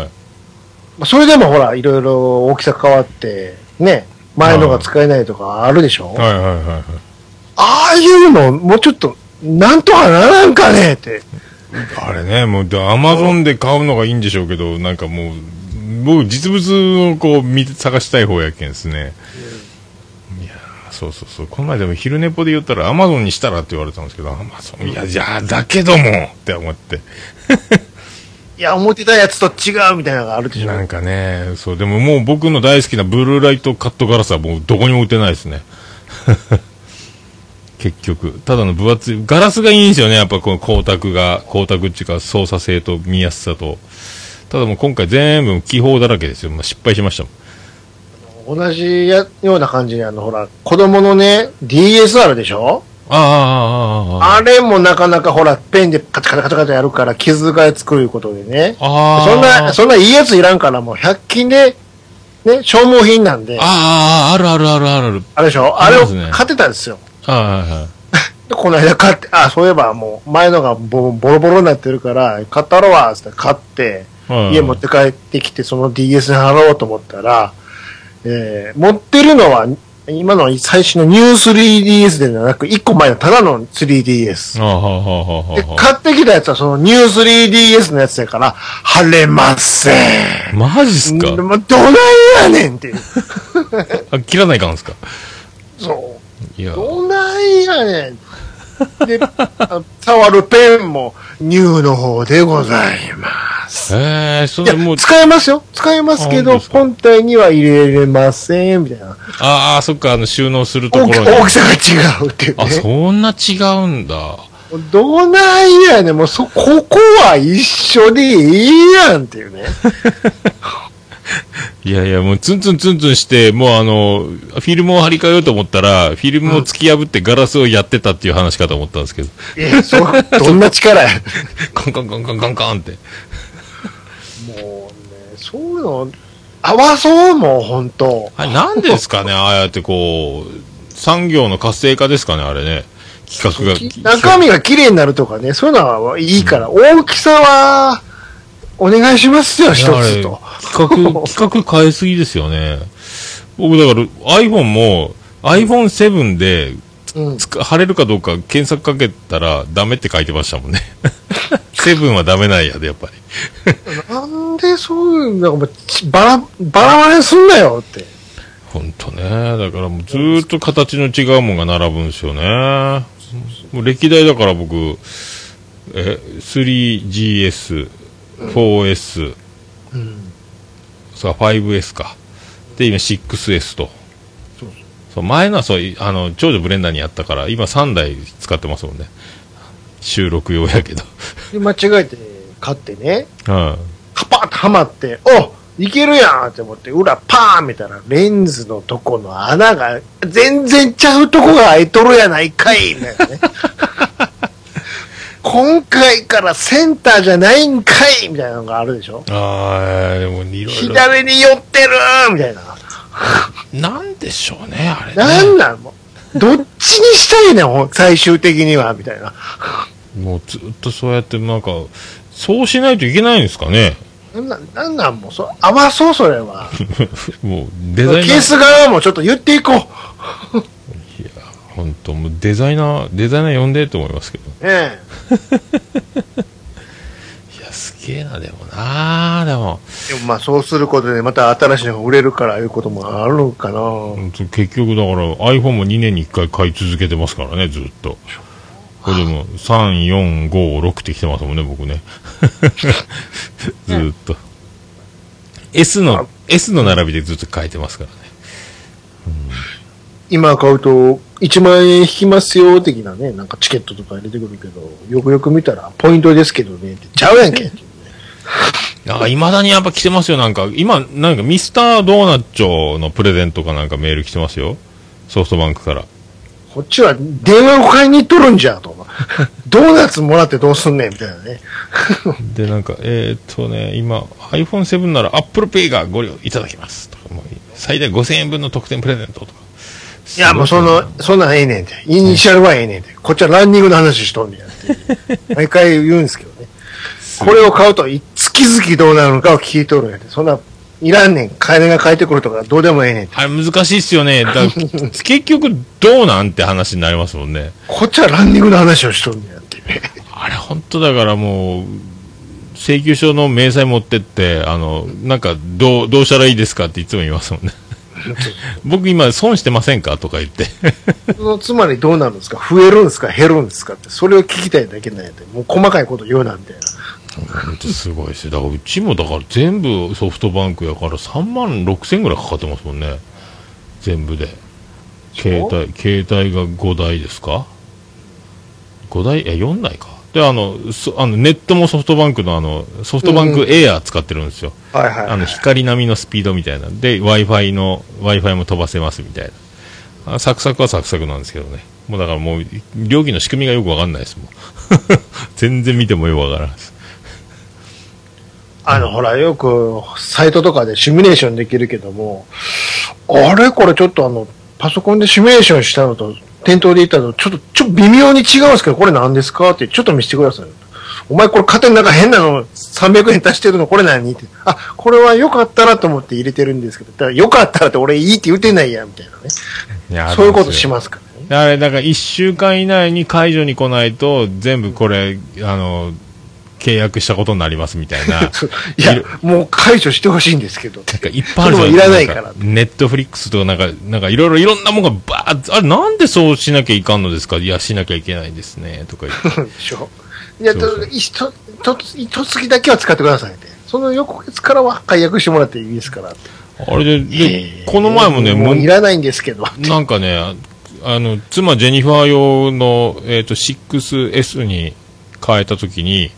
あそれでもほら、いろいろ大きさ変わって、ね、前のが使えないとかあるでしょ、はいはいはいはい。ああいうの、もうちょっと、なんとかならんかねって。あれね、もう、アマゾンで買うのがいいんでしょうけど、なんかもう、僕、実物をこう、見て、探したい方やけんですね。いやーそうそうそう。この前でも昼寝ぽで言ったら、アマゾンにしたらって言われたんですけど、アマゾン、いや、じゃあ、だけどもって思って。いや、思ってたやつと違うみたいなのがあるでしょなんかね、そう、でももう僕の大好きなブルーライトカットガラスはもうどこにも売ってないですね。 <laughs> 結局。ただの分厚い、ガラスがいいんですよね、やっぱこの光沢が、光沢っていうか操作性と見やすさと。ただもう今回全部気泡だらけですよ。まあ、失敗しましたもん。同じやような感じで、あの、ほら、子供のね、DSR でしょああ、ああ、あああれもなかなかほら、ペンでカチャカチャカチャカチャやるから傷がつくいうことでね。ああ。そんな、あそんないいやついらんから、もう100均で、ね、消耗品なんで、ああ、あるあるあるあるある。れでしょあありれまをすね買ってたんですよ。はいはいはい。で、この間買って、あ、そういえばもう、前のがボボロボロになってるから、買ったろわ、つって買って、うん家持って帰ってきて、その DS に貼ろうと思ったら、えー持ってるのは、今の最新のニュー 3DS ではなく、1個前のただの 3DS。ああ、はあはあはあで、は買ってきたやつはそのニュー 3DS のやつやから、貼れません。あ。マジっすかでもどないやねんっていう。あ切らないかんすかそう。いや。どないやねん。で、あ触るペンも、ニューの方でございます。ええ、そいれもうや、、使えますよ。使えますけあ本当ど、ですか本体には入れれません、みたいな。ああ、そっか、あの、収納するとこ大きろに。大きさが違うっていうあ、ね。そんな違うんだ。どないやねん。もうそ、ここは一緒でいいやんっていう <laughs> ね。いやいや、もうツンツンツンツンして、もうあの、フィルムを張り替えようと思ったら、フィルムを突き破ってガラスをやってたっていう話かと思ったんですけど、いや、そ、どんな力や。カンカンカンカンカンカンって。もうね、そういうの、合わそうもう、本当あれ、なんですかね、ああやってこう、産業の活性化ですかね、あれね。企画が。中身が綺麗になるとかね、そういうのはいいから、大きさは、お願いしますよ、一いやあれつと。企画、企画変えすぎですよね。僕だから iPhone も iPhone7 でうんつか貼れるかどうか検索かけたらダメって書いてましたもんね。7はダメなんやで、やっぱり。なんでそういう、なんかもう、ちばら、ばらまれすんなよって。ほんとね。だからもうずーっと形の違うもんが並ぶんですよね。もう歴代だから僕、え、3GS、4S、うん。そうか 5S か。で、今 6S と。そうそう前のはそういあの長女ブレンダーにやったから今3台使ってますもんね収録用やけどで間違えて、買ってね、うんカパッとはまって、おいけるやんって思って、裏パーン見たら、レンズのとこの穴が、全然ちゃうとこが開いとるやないかいみたい <laughs> なね。今回からセンターじゃないんかいみたいなのがあるでしょああでもいろいろ左に寄ってるみたいな。なんでしょうねあれなんなんもうどっちにしたいねんほん、 <laughs> 最終的には、みたいな。もうずっとそうやってなんかそうしないといけないんですかね <laughs> なんなん、なんなんもう、そ合わそう、それは。もうデケザイナーース側もちょっと言っていこう。本当もうデザイナーデザイナー呼んでと思いますけどええ。いやすげえなでもなでもでもまあそうすることでまた新しいのが売れるからいうこともあるのかな。うん結局だから iPhone も2年に1回買い続けてますからねずっとこれでも3456ってきてますもんね僕ね <laughs> ずっと S の S の並びでずっと変えてますからね今買うと1万円引きますよ的なね、なんかチケットとか出てくるけど、よくよく見たらポイントですけどねってちゃうやんけ。なんか未だにやっぱ来てますよなんか今なんかミスタードーナッチョのプレゼントかなんかメール来てますよソフトバンクからこっちは電話を買いに行っとるんじゃと。 <laughs> ドーナツもらってどうすんねんみたいなね。でなんかえー、っとね今 iPhone7 なら ApplePay がご利用いただけますとかもう最大5000円分の特典プレゼントとかいや、もうその、そんなんええねんて。イニシャルはええねんて。こっちはランニングの話しとんねんって。毎回言うんですけどね。これを買うと、い月々どうなるのかを聞いとるんやて。そんな、いらんねん。金が返ってくるとか、どうでもええねんて。あれ難しいっすよね。だ <laughs> 結局どうなんって話になりますもんね。こっちはランニングの話をしとんねんや <laughs> ってね。あれ本当だからもう、請求書の明細持ってって、あの、なんかどう、どうしたらいいですかっていつも言いますもんね。僕今損してませんかとか言って。その、つまりどうなるんですか増えるんですか減るんですかって。それを聞きたいだけなんやて。もう細かいこと言うな、みたいな。本当すごいし、だからうちもだから全部ソフトバンクやから3万6千ぐらいかかってますもんね。全部で。携帯、携帯が5台ですか ?5 台、え、4台か。で、あの、そあのネットもソフトバンクのあの、ソフトバンクエアー使ってるんですよ。はいはい、あの、光並みのスピードみたいな。で、Wi-Fi の、Wi-Fi も飛ばせますみたいな。あサクサクはサクサクなんですけどね。もうだからもう、料金の仕組みがよくわかんないですもん。 <laughs> 全然見てもよくわからないです。あの、ほら、よく、サイトとかでシミュレーションできるけども、あれこれちょっとあの、パソコンでシミュレーションしたのと、店頭で言ったのと、ちょっと、ちょっと微妙に違うんですけど、これ何ですかって、ちょっと見せてください。お前これ肩の中変なの、300円足してるの、これ何って。あ、これは良かったらと思って入れてるんですけど、だから良かったらって俺いいって言ってないや、みたいなね。そういうことしますからね。あれ、だから1週間以内に解除に来ないと、全部これ、あの、契約したことになりますみ <laughs> たいな。なんそういや、もう解除してほしいんですけど。かいっぱいあるそじゃれもいらないからんネットフリックスとかなんか、なんかいろいろいろんなもんがバーッあれなんでそうしなきゃいかんのですかいや、しなきゃいけないですね、とか言って。でしょいや、そうそうと、いと、と、とつぎだけは使ってくださいって。その翌月からは解約してもらっていいですからって。あれで、で、この前もね、ももうういらないんですけど。なんかね、ああの、妻ジェニファー用の、えっ、と、6S に変えたときに、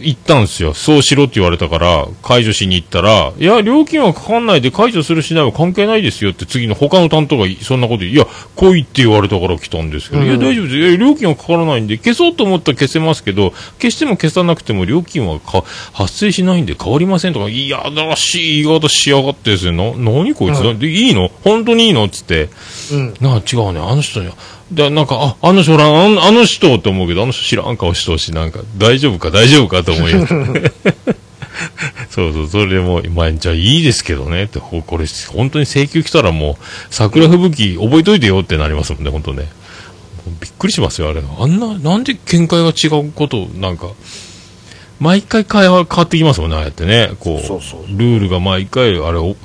行ったんですよ。そうしろって言われたから、解除しに行ったら、いや、料金はかかんないで解除するしないは関係ないですよって次の他の担当がいそんなこと言い、いや、来いって言われたから来たんですけど、うんいや、大丈夫です。いや、料金はかからないんで、消そうと思ったら消せますけど、消しても消さなくても料金はか発生しないんで変わりませんとか、いやらしい言い方しやがってですね、な、何こいつ、うんでいいの本当にいいのっつって、うん。なあ、違うね、あの人に、で、なんか、あ、あの人おらん、あのあの人って思うけど、あの人知らん顔しとうし、なんか、大丈夫か、大丈夫かと思いよそうそう、それでもう、まあ、じゃあいいですけどね、って、ほこれ、本当に請求来たらもう、桜吹雪覚えといてよってなりますもんね、本当ね。もうびっくりしますよ、あれ。あんな、なんで見解が違うこと、なんか、毎回変わ変わってきますもんね、ああやってね。こう、そうそうルールが毎回、あれ、お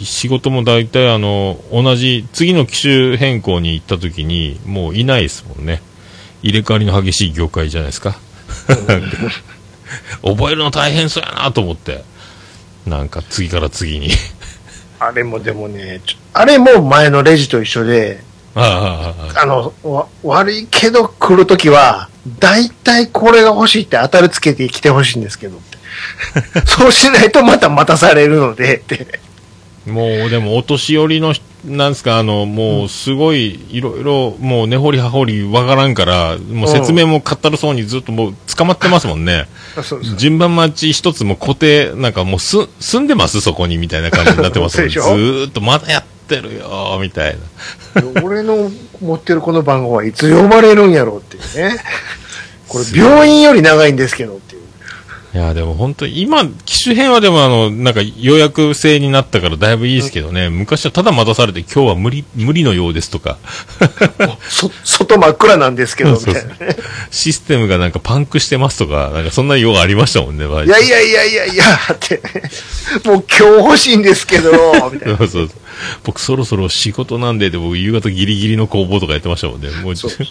い仕事も大体、あの、同じ、次の機種変更に行った時に、もういないですもんね。入れ替わりの激しい業界じゃないですか。 <laughs> 覚えるの大変そうやなと思って。なんか、次から次に。 <laughs> <laughs> あれもでもね、ちょあれも前のレジと一緒で、ああああ、あああの、わ悪いけど来るときは、大体これが欲しいって当たりつけて来てほしいんです <laughs> けどって。そうしないとまた待たされるの <laughs> でって。もう、でも、お年寄りの人、なんですか、あの、もう、すごい、いろいろ、もう、根掘り葉掘りわからんから、もう説明もかったるそうにずっともう、捕まってますもんね。そうそう。順番待ち一つも固定、なんかもうす、住んでますそこに、みたいな感じになってますもんそうでずしょーっと、まだやってるよー、みたいな。 <laughs> 俺の持ってるこの番号はいつ呼ばれるんやろうっていうね。これ病院より長いんですけどっていう。いや、でも本当に、今、機種編はでも、あの、なんか、予約制になったからだいぶいいですけどね、昔はただ待たされて、今日は無理、無理のようですとか、そ、外真っ暗なんですけど、みたいなね。システムがなんかパンクしてますとか、なんかそんな用がありましたもんね、いやいやいやいやいや、って。もう今日欲しいんですけど、みたそいな。うそうそう僕そろそろ仕事なんでで僕夕方ギリギリの工房とかやってましたもんねもうそうそうい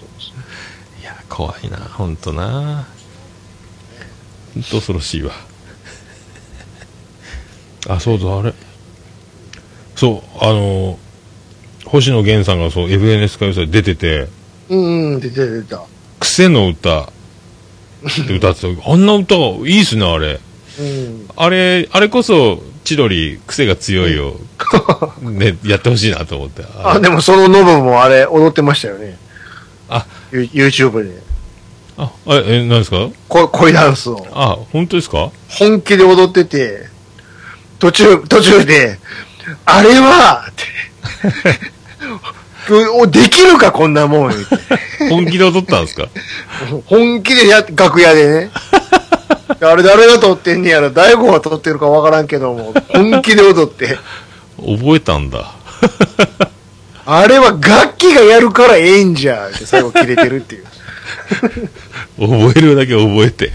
や怖いな本当な本当恐ろしいわあそうだあれそうあの星野源さんがそう FNS 歌謡祭出ててうんうん、出て出た。癖の歌って歌ってたあんな歌いいっすねあれうん。あれあれこそ千鳥癖が強いよ、ね、やってほしいなと思ってあ <laughs> あ、でもそのノブもあれ、踊ってましたよね。あユ YouTube で。あ、え、え、何ですかこ恋ダンスを。あ、本当ですか本気で踊ってて、途中、途中で、あれは、って。 <laughs> おできるか、こんなもん。言うて本気で踊ったんです <laughs> か本気でや、楽屋でね。あれ誰が撮ってんねやろ大悟が撮ってるかわからんけども、本気で踊って。覚えたんだ。 <laughs> あれは楽器がやるからええんじゃ、って最後切れてるっていう。覚えるだけ覚えて。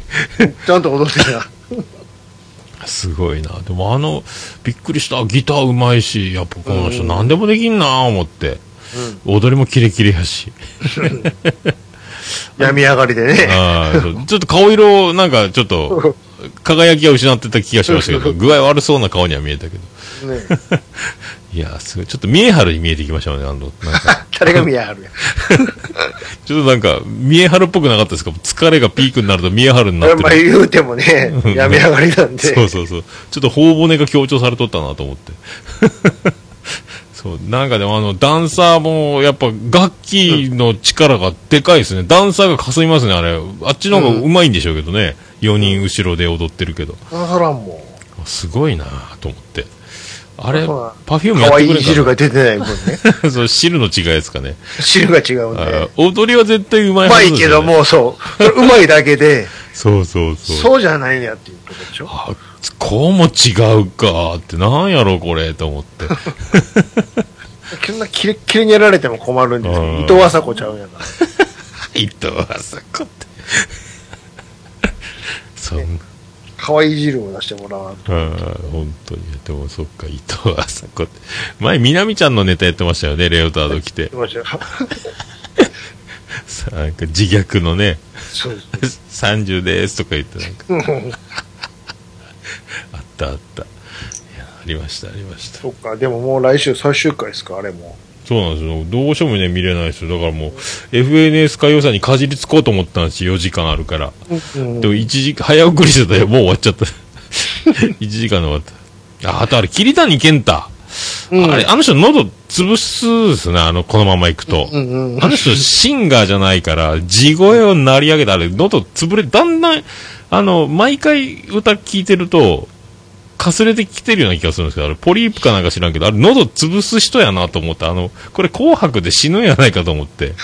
ちゃんと踊ってた。すごいな。でもあの、びっくりした。ギターうまいし、やっぱこの人うん何でもできんなぁ思って。踊りもキレキレやし。 <laughs> 病み上がりでね。あーそうちょっと顔色、なんかちょっ <laughs> と、輝きが失ってた気がしましたけど、具合悪そうな顔には見えたけど。ねいやー、すごい。ちょっと見え張るに見えてきましたね、あの、なんか。誰が見やがるやん。ちょっとなんか、見え張るっぽくなかったですか疲れがピークになると見え張るになってるまあ言うてもね、ん病み上がりなんで。そうそうそう。ちょっと頬骨が強調されとったなと思って。 <laughs> そう、なんかでもあの、ダンサーも、やっぱ、楽器の力がでかいですね。ダンサーがかすみますね、あれ。あっちの方がうまいんでしょうけどね。4人後ろで踊ってるけど。あそらもあすごいなぁと思って。あれそうだ、パフューう、ムやっ可て愛くいれん汁かが出てない <laughs> 分ね。なそう、汁の違いですかね。汁が違うんあで。踊りは絶対うまいうはまずですいよね <laughs> けど。も、そう。それうまいだけで、そうそうそう。そうじゃないんやっていうとこでしょ。あこうも違うかって、なんやろこれと思 <laughs> って。そんなキレッキレにやられても困るんですけうんど、伊藤麻子ちゃうんやから。伊藤麻子って。 <laughs> そん可愛い汁を出してもらわんと。 <laughs> ああ、本当に。でも、そっか、伊藤麻子って。前、みなみちゃんのネタやってましたよね、レオタード着て。面白いさなんか自虐のね、そうです30ですとか言って、なんか、 <laughs> うんあったあった。いや、ありました、ありました。そっか、でももう来週最終回ですか、あれも。そうなんですよ。どうしてもね、見れないですよ。だからもう、FNS 歌謡祭にかじりつこうと思ったんですよ、4時間あるから。うんでも一時、早送りしてたよ。もう終わっちゃった。1時間で終わった。あ、あとあれ、桐谷健太。うんあれ、あの人喉潰すですね、あの、このまま行くと。うんうんあの人シンガーじゃないから、地声を鳴り上げて、あれ、喉潰れ、だんだん、あの、毎回歌聞いてると、かすれてきてるような気がするんですけど、あれ、ポリープかなんか知らんけど、あれ、喉潰す人やなと思って、あの、これ紅白で死ぬんやないかと思って。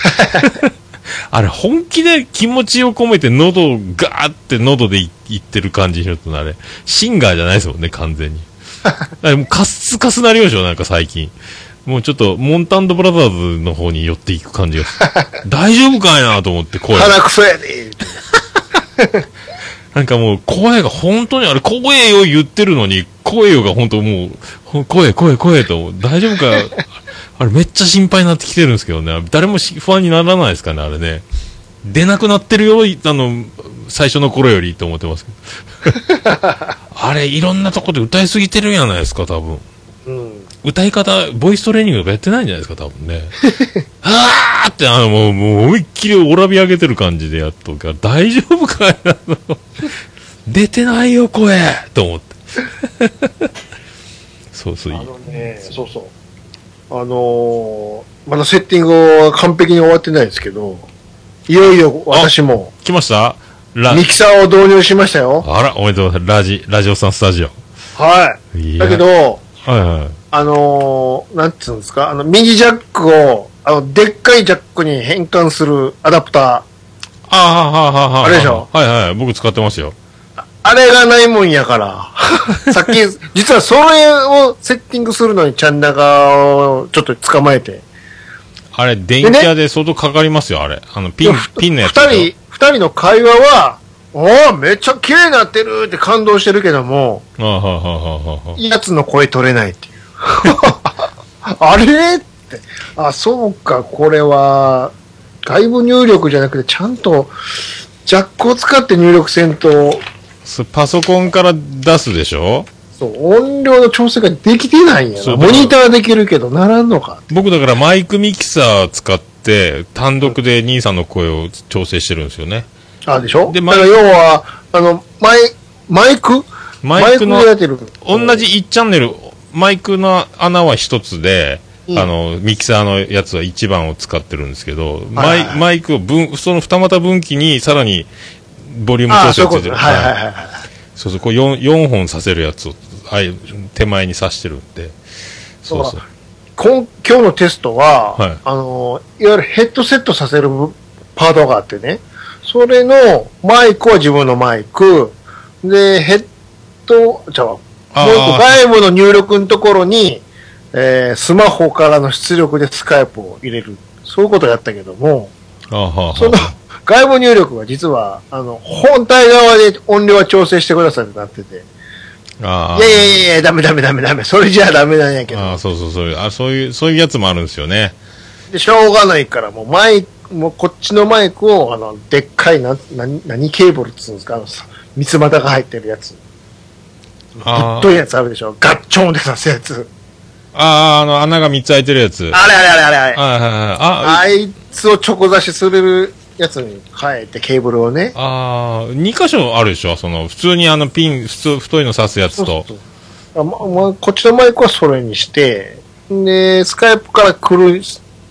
あれ、本気で気持ちを込めて喉をガーって喉でいいってる感じのとね、あれ、シンガーじゃないですもんね、完全に。あれもうカスカスなりようでしょ、なんか最近。もうちょっと、モンタンドブラザーズの方に寄っていく感じがする。大丈夫かいなと思って、声が。鼻くそやでなんかもう、声が本当に、あれ、声よ言ってるのに、声よが本当もうほ、声、声、声と、大丈夫か <laughs> あれ、めっちゃ心配になってきてるんですけどね。誰もし不安にならないですかね、あれね。出なくなってるよ、いあの、最初の頃よりと思ってますけど。あれ、いろんなとこで歌いすぎてるんやないですか、多分。うん。歌い方、ボイストレーニングとかやってないんじゃないですか、多分ね。 <laughs> あーって、あの、もう、もう思いっきりおらび上げてる感じでやっとくから、大丈夫かいなの。 <laughs> 出てないよ、声と思って。 <laughs> そうそう、いあいのね、そうそう。あのーまだセッティングは完璧に終わってないですけど、いよいよ私も来ましたラミキサーを導入しましたよ。あら、おめでとうございます。ラジ、ラジオさんスタジオ。はい。いやだけど、はいはい。あのーなんつうんですか、あの、右ジャックを、あの、でっかいジャックに変換するアダプター。ああ、はあ、はあ、はあ。あれでしょはいはい。僕使ってますよ。あれがないもんやから。さっき、実はそれをセッティングするのにチャンナガをちょっと捕まえて。あれ、電気屋で相当かかりますよ、あれ。あの、ピン、ピンのやつ。二人、二人の会話は、おお、めっちゃ綺麗になってるって感動してるけども、ああ、はあ、はあ、はあはあ。やつの声取れないっていう。 <laughs> あれって。あ、そうか、これは、外部入力じゃなくて、ちゃんと、ジャックを使って入力せんと、そパソコンから出すでしょそう、音量の調整ができてないんやそうな。だかモらニターはできるけど、ならんのか。僕だからマイクミキサー使って、単独で兄さんの声を調整してるんですよね。あ、でしょでで、マイだから要は、あの、マイ、マイクマイクのでやってる。同じ1チャンネル、マイクの穴は1つで、うんあの、ミキサーのやつは1番を使ってるんですけど、マはいはいはいイマイクを分、その二股分岐にさらにボリューム調ああ、そ整ういうこついとてね。る。はいはいはいはいはい。そうそう、こう 4, 四本させるやつを、あい手前にさしてるんで。そうそう。今今日のテストは、はいあの、いわゆるヘッドセットさせるパートがあってね、それのマイクは自分のマイク、で、ヘッド、じゃあ、もうあー一個外部の入力のところに、えースマホからの出力でスカイプを入れる。そういうことをやったけども、ああ、はあ、そのは外部入力は実は、あの、本体側で音量は調整してくださいってなってて、あ。ああいやいやいやいや、ダメダメダメダメ、それじゃあダメなんやけど。ああ、そうそうそう。あそういう、そういうやつもあるんですよね。で、しょうがないから、もうマイク、もうこっちのマイクを、あの、でっかいな、な、何ケーブルっつうんですか、あのさ、三つ股が入ってるやつ。あどういうやつあるでしょガッチョンで刺すやつ。あー、あの、穴が3つ開いてるやつ。あれあれあれあれあれ。はいはいはい。あ、あいつを直刺しするやつに変えて、ケーブルをね。あー、2箇所あるでしょその、普通にあの、ピン、普通、太いの刺すやつと。うそう。あままこっちのマイクはそれにして、で、スカイプから来る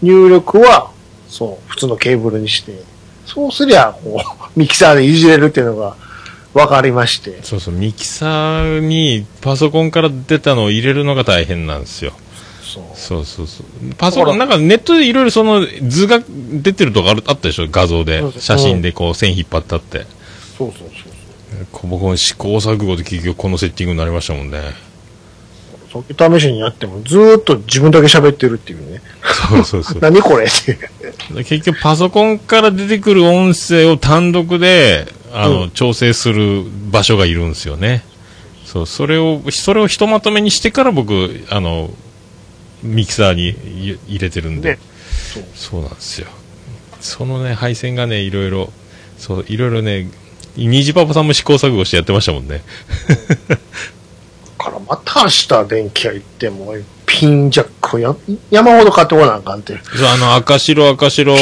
入力は、そう、普通のケーブルにして、そうすりゃ、こう、ミキサーでいじれるっていうのが分かりまして。そうそう、ミキサーにパソコンから出たのを入れるのが大変なんですよ。そう。そうそうそう。パソコン、なんかネットでいろいろその図が出てるとかあるあったでしょ画像でそう。そう写真でこう線引っ張ったって。そうそうそうそう。こ僕も試行錯誤で結局このセッティングになりましたもんね。そう試しにやっても、ずーっと自分だけ喋ってるっていうね。そうそうそう。何これっていう。結局パソコンから出てくる音声を単独で、あの、う調整する場所がいるんですよね。そう、それを、それをひとまとめにしてから僕、あの、ミキサーに入入れてるんでね。そうそうなんですよ。そのね、配線がね、いろいろ、そう、いろいろね、虹パパさんも試行錯誤してやってましたもんね。だからまた明日電気屋行っても、ピンジャックや山ほど買ってこなあかんって。そう、あの、赤白赤白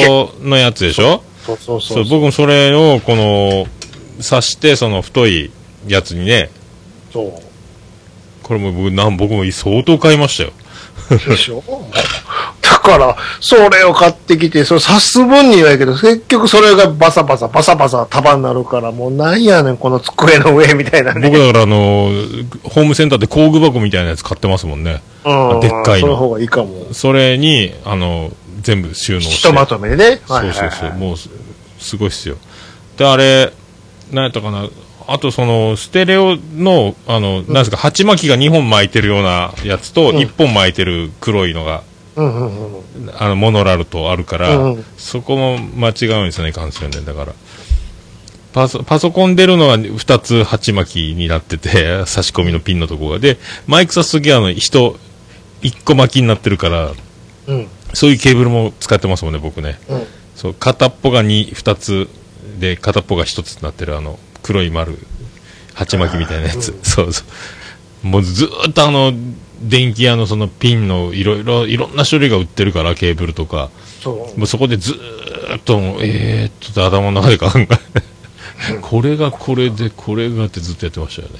のやつでしょそうそうそそうう。僕もそれを、この、刺して、その太いやつにね、そう。これも僕、なん僕も相当買いましたよ。でしょだから、それを買ってきて、それ刺す分にはいいけど、結局それがバサバサ、バサバサ束になるから、もうなんやねん、この机の上みたいな <laughs> ね。僕だから、あの、ホームセンターで工具箱みたいなやつ買ってますもんね。うん。でっかいそのの方がいいかも。それに、あの、全部収納して。ひとまとめでね。そうそうはいそはう、いはいもうすすごいっすよ。で、あれ、なんやったかな、あとその、ステレオの、あの、なんですか、鉢巻きが2本巻いてるようなやつと、うん1本巻いてる黒いのが、うんうんうん。あの、モノラルとあるから、うんうんそこも間違うんですよね、感想ね、だから。パソパソコン出るのは2つ鉢巻きになってて、 <laughs> 差し込みのピンのとこが。で、マイクさす時はあの、人、1個巻きになってるから、うん。そういうケーブルも使ってますもんね、僕ね。うん。そう片っぽが 2, 2つで片っぽが1つになってるあの黒い丸鉢巻きみたいなやつ、そうそうもうずーっとあの電気屋のそのピンのいろいろいろんな種類が売ってるからケーブルとかそう。もうそこでずーっともうえー、っとって頭の中で考えこれがこれでこれがってずっとやってましたよね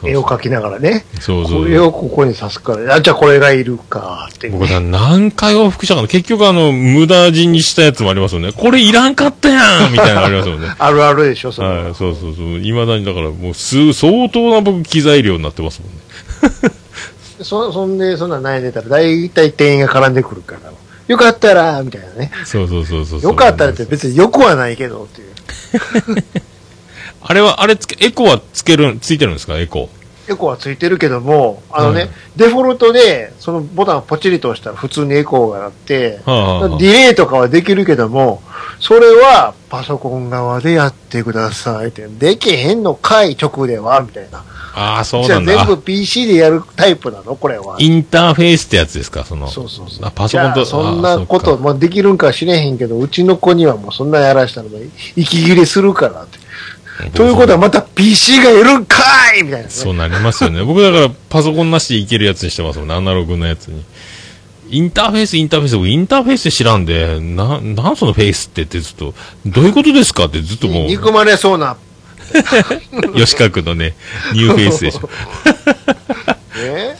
そう絵を描きながらね。そうそうこれをここに刺すから、あ、じゃあこれがいるか、って。僕な何回往復したかな結局あの無駄死にしたやつもありますよねこれいらんかったやんみたいなのありますよねあるあるでしょ、そはのい、そうそうそう。いまだにだから、もうす、相当な僕、機材量になってますもんね。そそんで、そんなん悩んでたら、大体店員が絡んでくるから、よかったら、みたいなね。そうそうそうそうそう。よかったらって別によくはないけど、っていう。あれは、あれつけ、エコはつける、ついてるんですかエコ。エコーはついてるけども、あのね、うんデフォルトで、そのボタンをポチリと押したら普通にエコーが鳴って、はあはあはあディレイとかはできるけども、それはパソコン側でやってくださいって、できへんのかい、直では、みたいな。ああ、そうじなゃあんだ。全部あ PC でやるタイプなのこれは。インターフェースってやつですかその。そうそうそう。あパソコンじゃと。あそんあなーこと、。まあ、できるんか知れへんけど、うちの子にはもうそんなやらしたら、息切れするからって。ということは。はまた PC がいるんかいみたいな、ね。そうなりますよね。僕だから、パソコンなしでいけるやつにしてますもんね。アナログのやつに。インターフェース、インターフェース、僕インターフェースで知らんで、な、なんそのフェイスってってずっと、どういうことですかってずっともう、憎まれそうな。吉川君のね、ニューフェイスでしょ。 <laughs> ね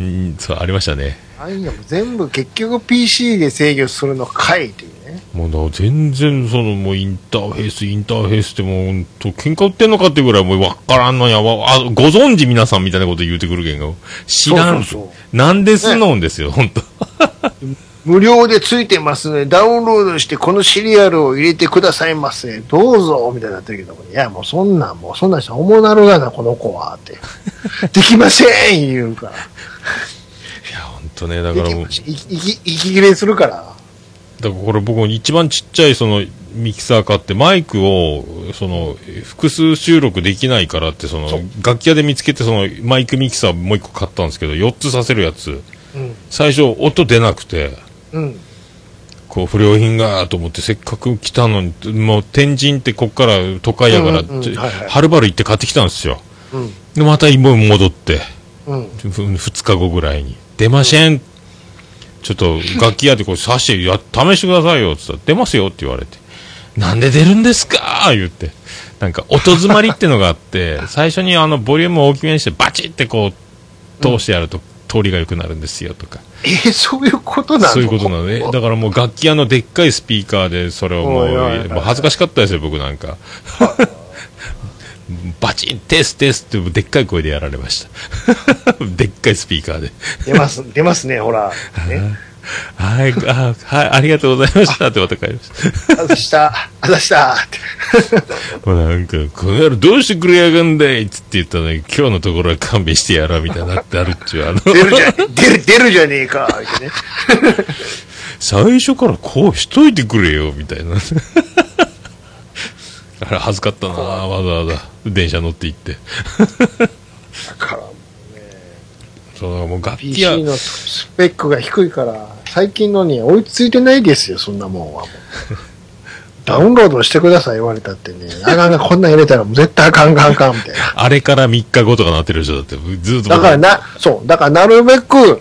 うん、そう、ありましたね。あいやもう全部結局 PC で制御するのかいっていうね。もうだ全然そのもうインターフェース、インターフェースってもうほんと喧嘩売ってんのかってぐらいもうわからんのやわ。あ、ご存知皆さんみたいなこと言うてくるけんが。知らん。そうそうなんですのんですよ、ほんと。無料でついてますので、ダウンロードしてこのシリアルを入れてくださいませ。どうぞみたいになってるけども、いやもうそんなんもうそんなんしたらおもなるがな、この子はって。 <laughs> できません言うから。いや、ほんとね、だでからきもう、まだかせん息息息切れするから。らこれ僕一番ちっちゃいそのミキサー買ってマイクを、その、複数収録できないからって、その、楽器屋で見つけてそのマイクミキサーもう一個買ったんですけど、4つさせるやつ。うん。最初音出なくて、うん。こう不良品がと思ってせっかく来たのにもう天神ってこっから都会やから、うんうんうんはいはいはるばる行って買ってきたんですようん。でまた今戻ってうん。ふ2日後ぐらいに「出ません」ちょっと楽器屋でこう刺してや試してくださいよ」っつったら「出ますよ」って言われて「なんで出るんですか?」言ってなんか音詰まりってのがあって最初にあのボリュームを大きめにしてバチってこう通してやると通りが良くなるんですよとか。え、そういうことなのそういうことなのね。だからもう楽器屋のでっかいスピーカーでそれをもおいおいおう、いもう恥ずかしかったですよ、僕なん <laughs> か。バチン、テステスってでっかい声でやられました。 <laughs> でっかいスピーカーで。出ます、出ますね、ほら。ね、はい、あ、はい、ありがとうございましたってまた帰りました。あざした、あざしたって。もうなんか、この野郎どうしてくれやがんだいっつって言ったのに、今日のところは勘弁してやろうみたいになってあるっちゅう、あの、出るじゃ、出る、出るじゃねえか、みたいなね。最初からこうしといてくれよみたいな <laughs> あれ恥ずかったなわざわざ電車乗って行ってだから、そうもう楽器屋 PC のスペックが低いから、最近のに追いついてないですよ、そんなも <laughs> んはもう。ダウンロードしてください言われたってね、あかんがこんなん入れたらもう絶対あかんかんかんみたいな。あれから3日後とかなってる人だってずっとだからな、そう、だからなるべく、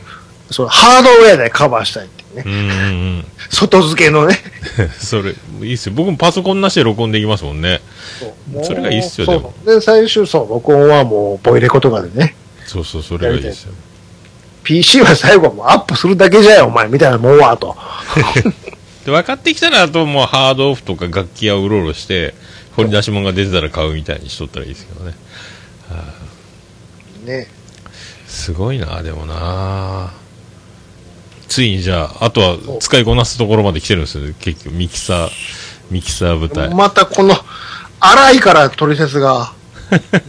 そのハードウェアでカバーしたいっていうね。うんうん外付けのね。うんそれいいっすよ僕もパソコンなしで録音できますもんねもうそれがいいっすよそうでもで、最終、そう、録音はもうボイレコとかでね。そうそうそれがいいですよ PC は最後はもうアップするだけじゃよ、お前、みたいなもんは、と。で分かってきたらあともうハードオフとか楽器屋をうろうろして掘り出し物が出てたら買うみたいにしとったらいいですけどねね。すごいなでもなついにじゃああとは使いこなすところまで来てるんですよね結局ミキサーミキサー舞台またこの、荒いから、トリセ <laughs> ツが。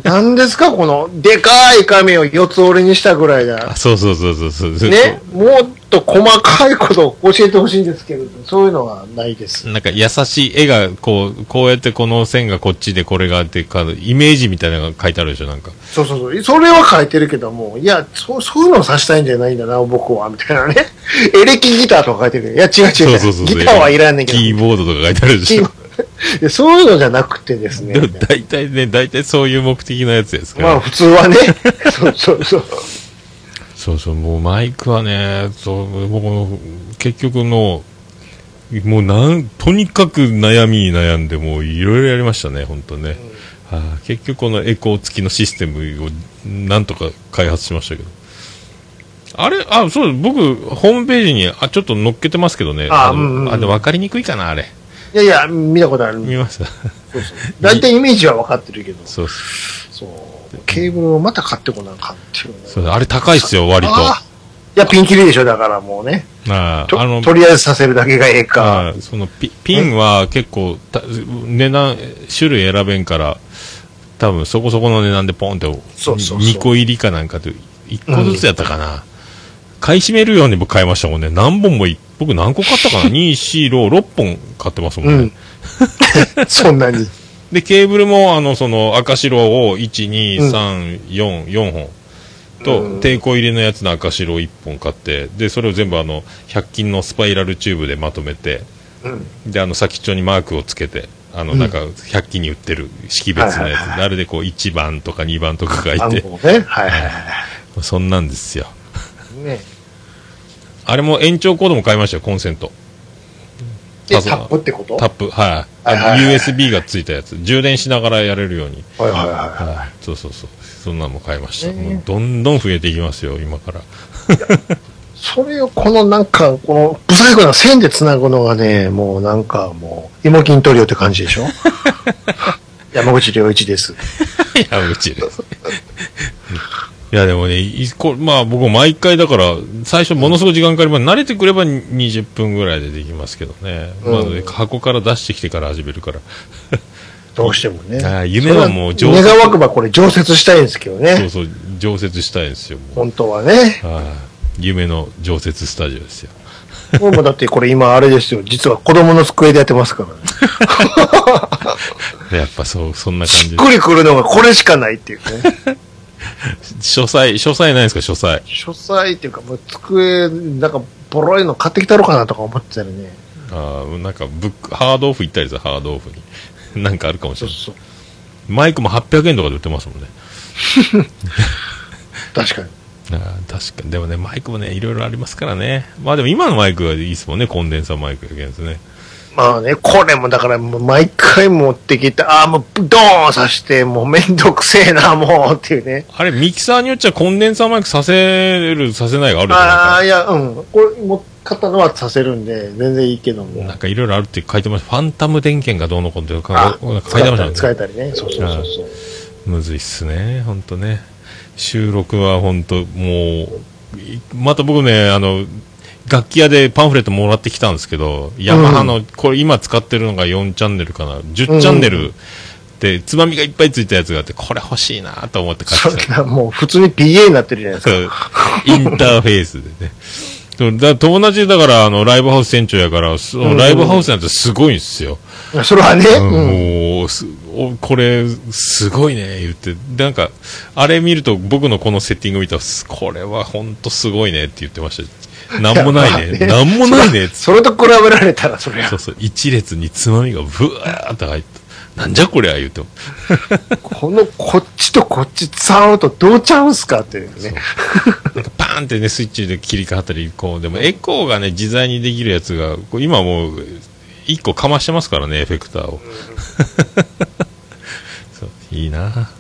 何ですか、この、でかい紙を四つ折りにしたぐらいだあ。そうそうそうそうそうそうね。もっと細かいことを教えてほしいんですけれど、そういうのはないです。なんか優しい絵がこうこうやってこの線がこっちでこれがあってかイメージみたいなのが書いてあるでしょなんかそうそうそう。それは書いてるけども、いや、そう、そういうのを指したいんじゃないんだな、僕は、みたいなね。 <laughs> エレキギターとか書いてるけど、いや、違う違う違う。ギターはいらんねんけど。キーボードとか書いてあるでしキーょボ <laughs> ードそういうのじゃなくてですねで。も大体ね大体そういう目的のやつですから、まあ、普通はね。 <laughs> そうそうそう。そうそう、もうマイクはね、そう僕も結局の、もうなん、とにかく悩みに悩んで、もういろいろやりましたね、本当ね。ああ結局このエコー付きのシステムをなんとか開発しましたけど。あれあ、そう、僕、ホームページに、あ、ちょっと載っけてますけどね。あのうんうんうんあでも分かりにくいかな、あれ。いやいや、見たことある。見ました。 <laughs> そうそう大体イメージは分かってるけど、そうそうそう。ケーブルをまた買ってこなあかんっていうね。そう。あれ高いっすよ、割と。ああーいや、ピンキリでしょ、だからもうね。あとあのとりあえずさせるだけがええか。あそのピピンは結構た値段種類選べんから多分そこそこの値段でポンってそうそうそう2個入りかなんかで1個ずつやったかな、買い占めるように僕買いましたもんね何本もい僕何個買ったかな246本買ってますもんうね、 <laughs> ん。そんなに。でケーブルもあのその赤白を12344、4本と、うん抵抗入りのやつの赤白1本買ってでそれを全部あの100均のスパイラルチューブでまとめてうん。であの先っちょにマークをつけてあのなんか100均に売ってる識別のやはいはいはいつあれでこう1番とか2番とか書い番て号ね。はいはいは <laughs> そんなんですよい。ね。あれも延長コードも買いましたよコンセントで、パソタコンップってことタップはいあはいはいはいの USB がついたやつ充電しながらやれるようにはいはいはい。はいそうそうそうそんなんも買いましたねえもうどんどん増えていきますよ今からそれをこのなんか、この不細工な線で繋ぐのがね、もうなんかもう、芋筋トリオって感じで <laughs> しょ山口良一です。 <laughs> 山口です。いや、でもね、いこまあ僕も毎回だから、最初ものすごい時間かかります。慣れてくれば20分ぐらいでできますけどね。うんまあね箱から出してきてから始めるから。どうしてもね。あー夢はもうそ常れは設。願わくばこれ常設したいんですけどそうね。そう、常設したいんですよ。もう本当はね。はい夢の常設スタジオですよ。僕もだってこれ今あれですよ。実は子供の机でやってますからね。やっぱそう、そんな感しじっでくりくるのがこれしかないっていうね。書斎、書斎ないですか、書斎。書斎っていうかもう机、なんかボロいの買ってきたろかなとか思ってたらね。ああ、なんかブック、ハードオフ行ったりさ、ハードオフに。 <laughs> なんかあるかもしそうれない。そう。マイクも800円とかで売ってますもんね。確かに。ああ確かにでもねマイクもねいろいろありますからねまあでも今のマイクはいいですもんねコンデンサーマイクやけんですねまあね、これもだからもう毎回持ってきて、ああ、もうドーンさして、もうめんどくせえな、 <laughs> もうっていうね。あれ、ミキサーによっちゃコンデンサーマイクさせる、させないがあるじゃないあかあ、いや、うん。これ、もう買ったのはさせるんで、全然いいけども。なんかいろいろあるって書いてました。ファンタム電源がどうのこうのとかあ書いてま使したたえりね。使えたりね。そうそうそうそう。むずいっすね、ほんとね。収録はほんと、もう、いまた僕ね、あの、楽器屋でパンフレットもらってきたんですけど、ヤマハの、これ今使ってるのが4チャンネルかな、10チャンネルで、つまみがいっぱいついたやつがあって、これ欲しいなと思って買そっれてきた。がもう普通に PA になってるじゃないですそか。うインターフェースでね。そうだ友達だから、あの、ライブハウス店長やから、そのライブハウスなんてすごいんですよ。 <laughs> それはね、うん。うんもうすおこれ、すごいね、言って、なんか、あれ見ると、僕のこのセッティング見たら、すこれは本当すごいねって言ってました。なんも <laughs> ないね、やまなあんもないねっつそれと比べられたら、そりゃそう、そう、一列につまみがぶわーって入った。なんじゃこりゃ言うても。この、こっちとこっち伝わるとどうちゃうんすかっていうね。なんかパーンってね、スイッチで切り替わったり、こう、でもエコーがね、自在にできるやつが、こう今もう、一個かましてますからね、エフェクターを。 <laughs> そういいな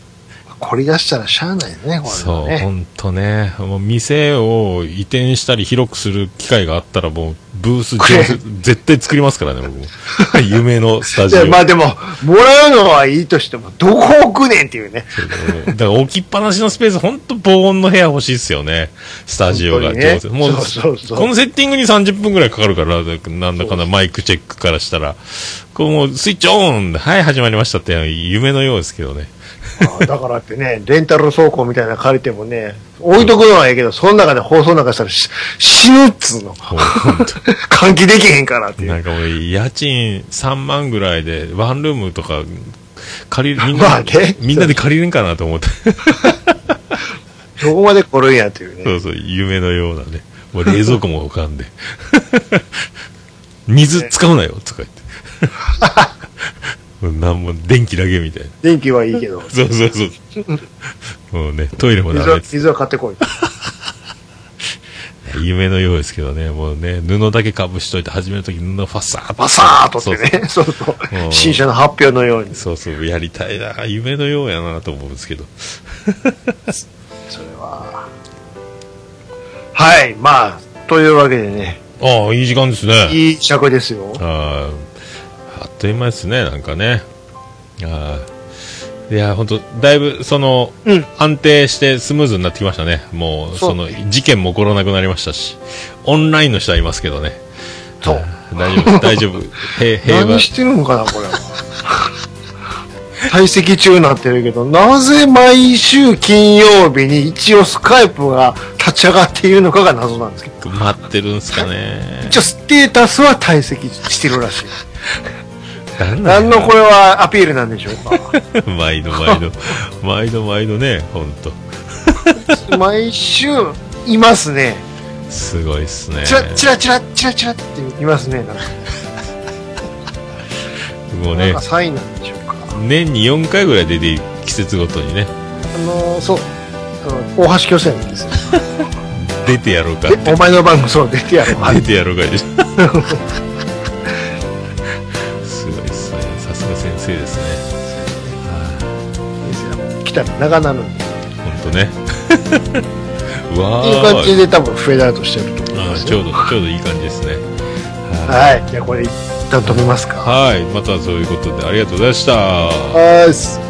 凝り出したらしゃあないね、これはそう、ね。本当ね。もう店を移転したり広くする機会があったらもうブースこれ上手絶対作りますからね、 <laughs> 僕も夢のスタいジオ。や、まあでも、もらうのはいいとしても、どこ置くねんっていうね。だから置きっぱなしのスペース、本当防音の部屋欲しいですよね。スタジオが。本当に上ね手もうそうそうそうこのセッティングに30分くらいかかるから、なんだかんだマイクチェックからしたら。こうもうスイッチオンはい、始まりましたって夢のようですけどね。ああだからってね、 <laughs> レンタル倉庫みたいなの借りてもね、置いとくのはいいけど、その中で放送なんかしたらし死ぬっつうの。もう本当 <laughs> 換気できへんからっていなう。んか俺、家賃3万ぐらいで、ワンルームとか、借り <laughs> る、みんな、まあねみんなで借りるんかなと思って、どこまで来るんやっていうね。そうそう、夢のようなね。もう冷蔵庫も浮か <laughs> んで。水使うなよ、とか言 <laughs> って。もうなんも、電気だけみたいな。電気はいいけど、そうそうそう。もうね、トイレもダ水メはっつって水は買ってこい。夢のようですけどね、もうね、布だけかぶしといて、始めるとき布ファッサーッとバサーっとってね。そうそううん新車の発表のように。そうそう、そうそう、やりたいな、夢のようやなと思うんですけど。それは。はい、まあ、というわけでね、ああ、いい時間ですね。いい尺ですよ。あーあっという間ですね、なんかね。あーいや、本当だいぶ、その、うん安定してスムーズになってきましたね。もう、そうその、事件も起こらなくなりましたし、オンラインの人はいますけどね。そう。大丈夫です、大丈夫。平平和 <laughs> 何。してるのかな、これは。退席中になってるけど、なぜ毎週金曜日に一応スカイプが立ち上がっているのかが謎なんですけど、待ってるんすかね。一応ステータスは退席してるらしい。何 <laughs> 何のこれはアピールなんでしょうか。 <laughs> れ。 <laughs> 毎度毎度。 <laughs> 毎度毎度ね、本当毎週いますね。すごいっすね。チラチラチラチラチラっていますね。なんかもうなんねか、サインなんでしょうか。年に4回ぐらい出ている季節ごとにね、あのーそう。あの大橋巨泉ですよ。出てやろうかってでお前の番組そう出てやる。 <laughs> 出てやろうかいでしょすごいですねさすが先生ですね来たら長なるんで。本当ねわいいー感じで多分フェードアウトしてると思いあまーすちよょうどちょうどいい感じですねははい。じゃあこれ一旦止めますか。はいまたそういうことでありがとうございましたはいっす。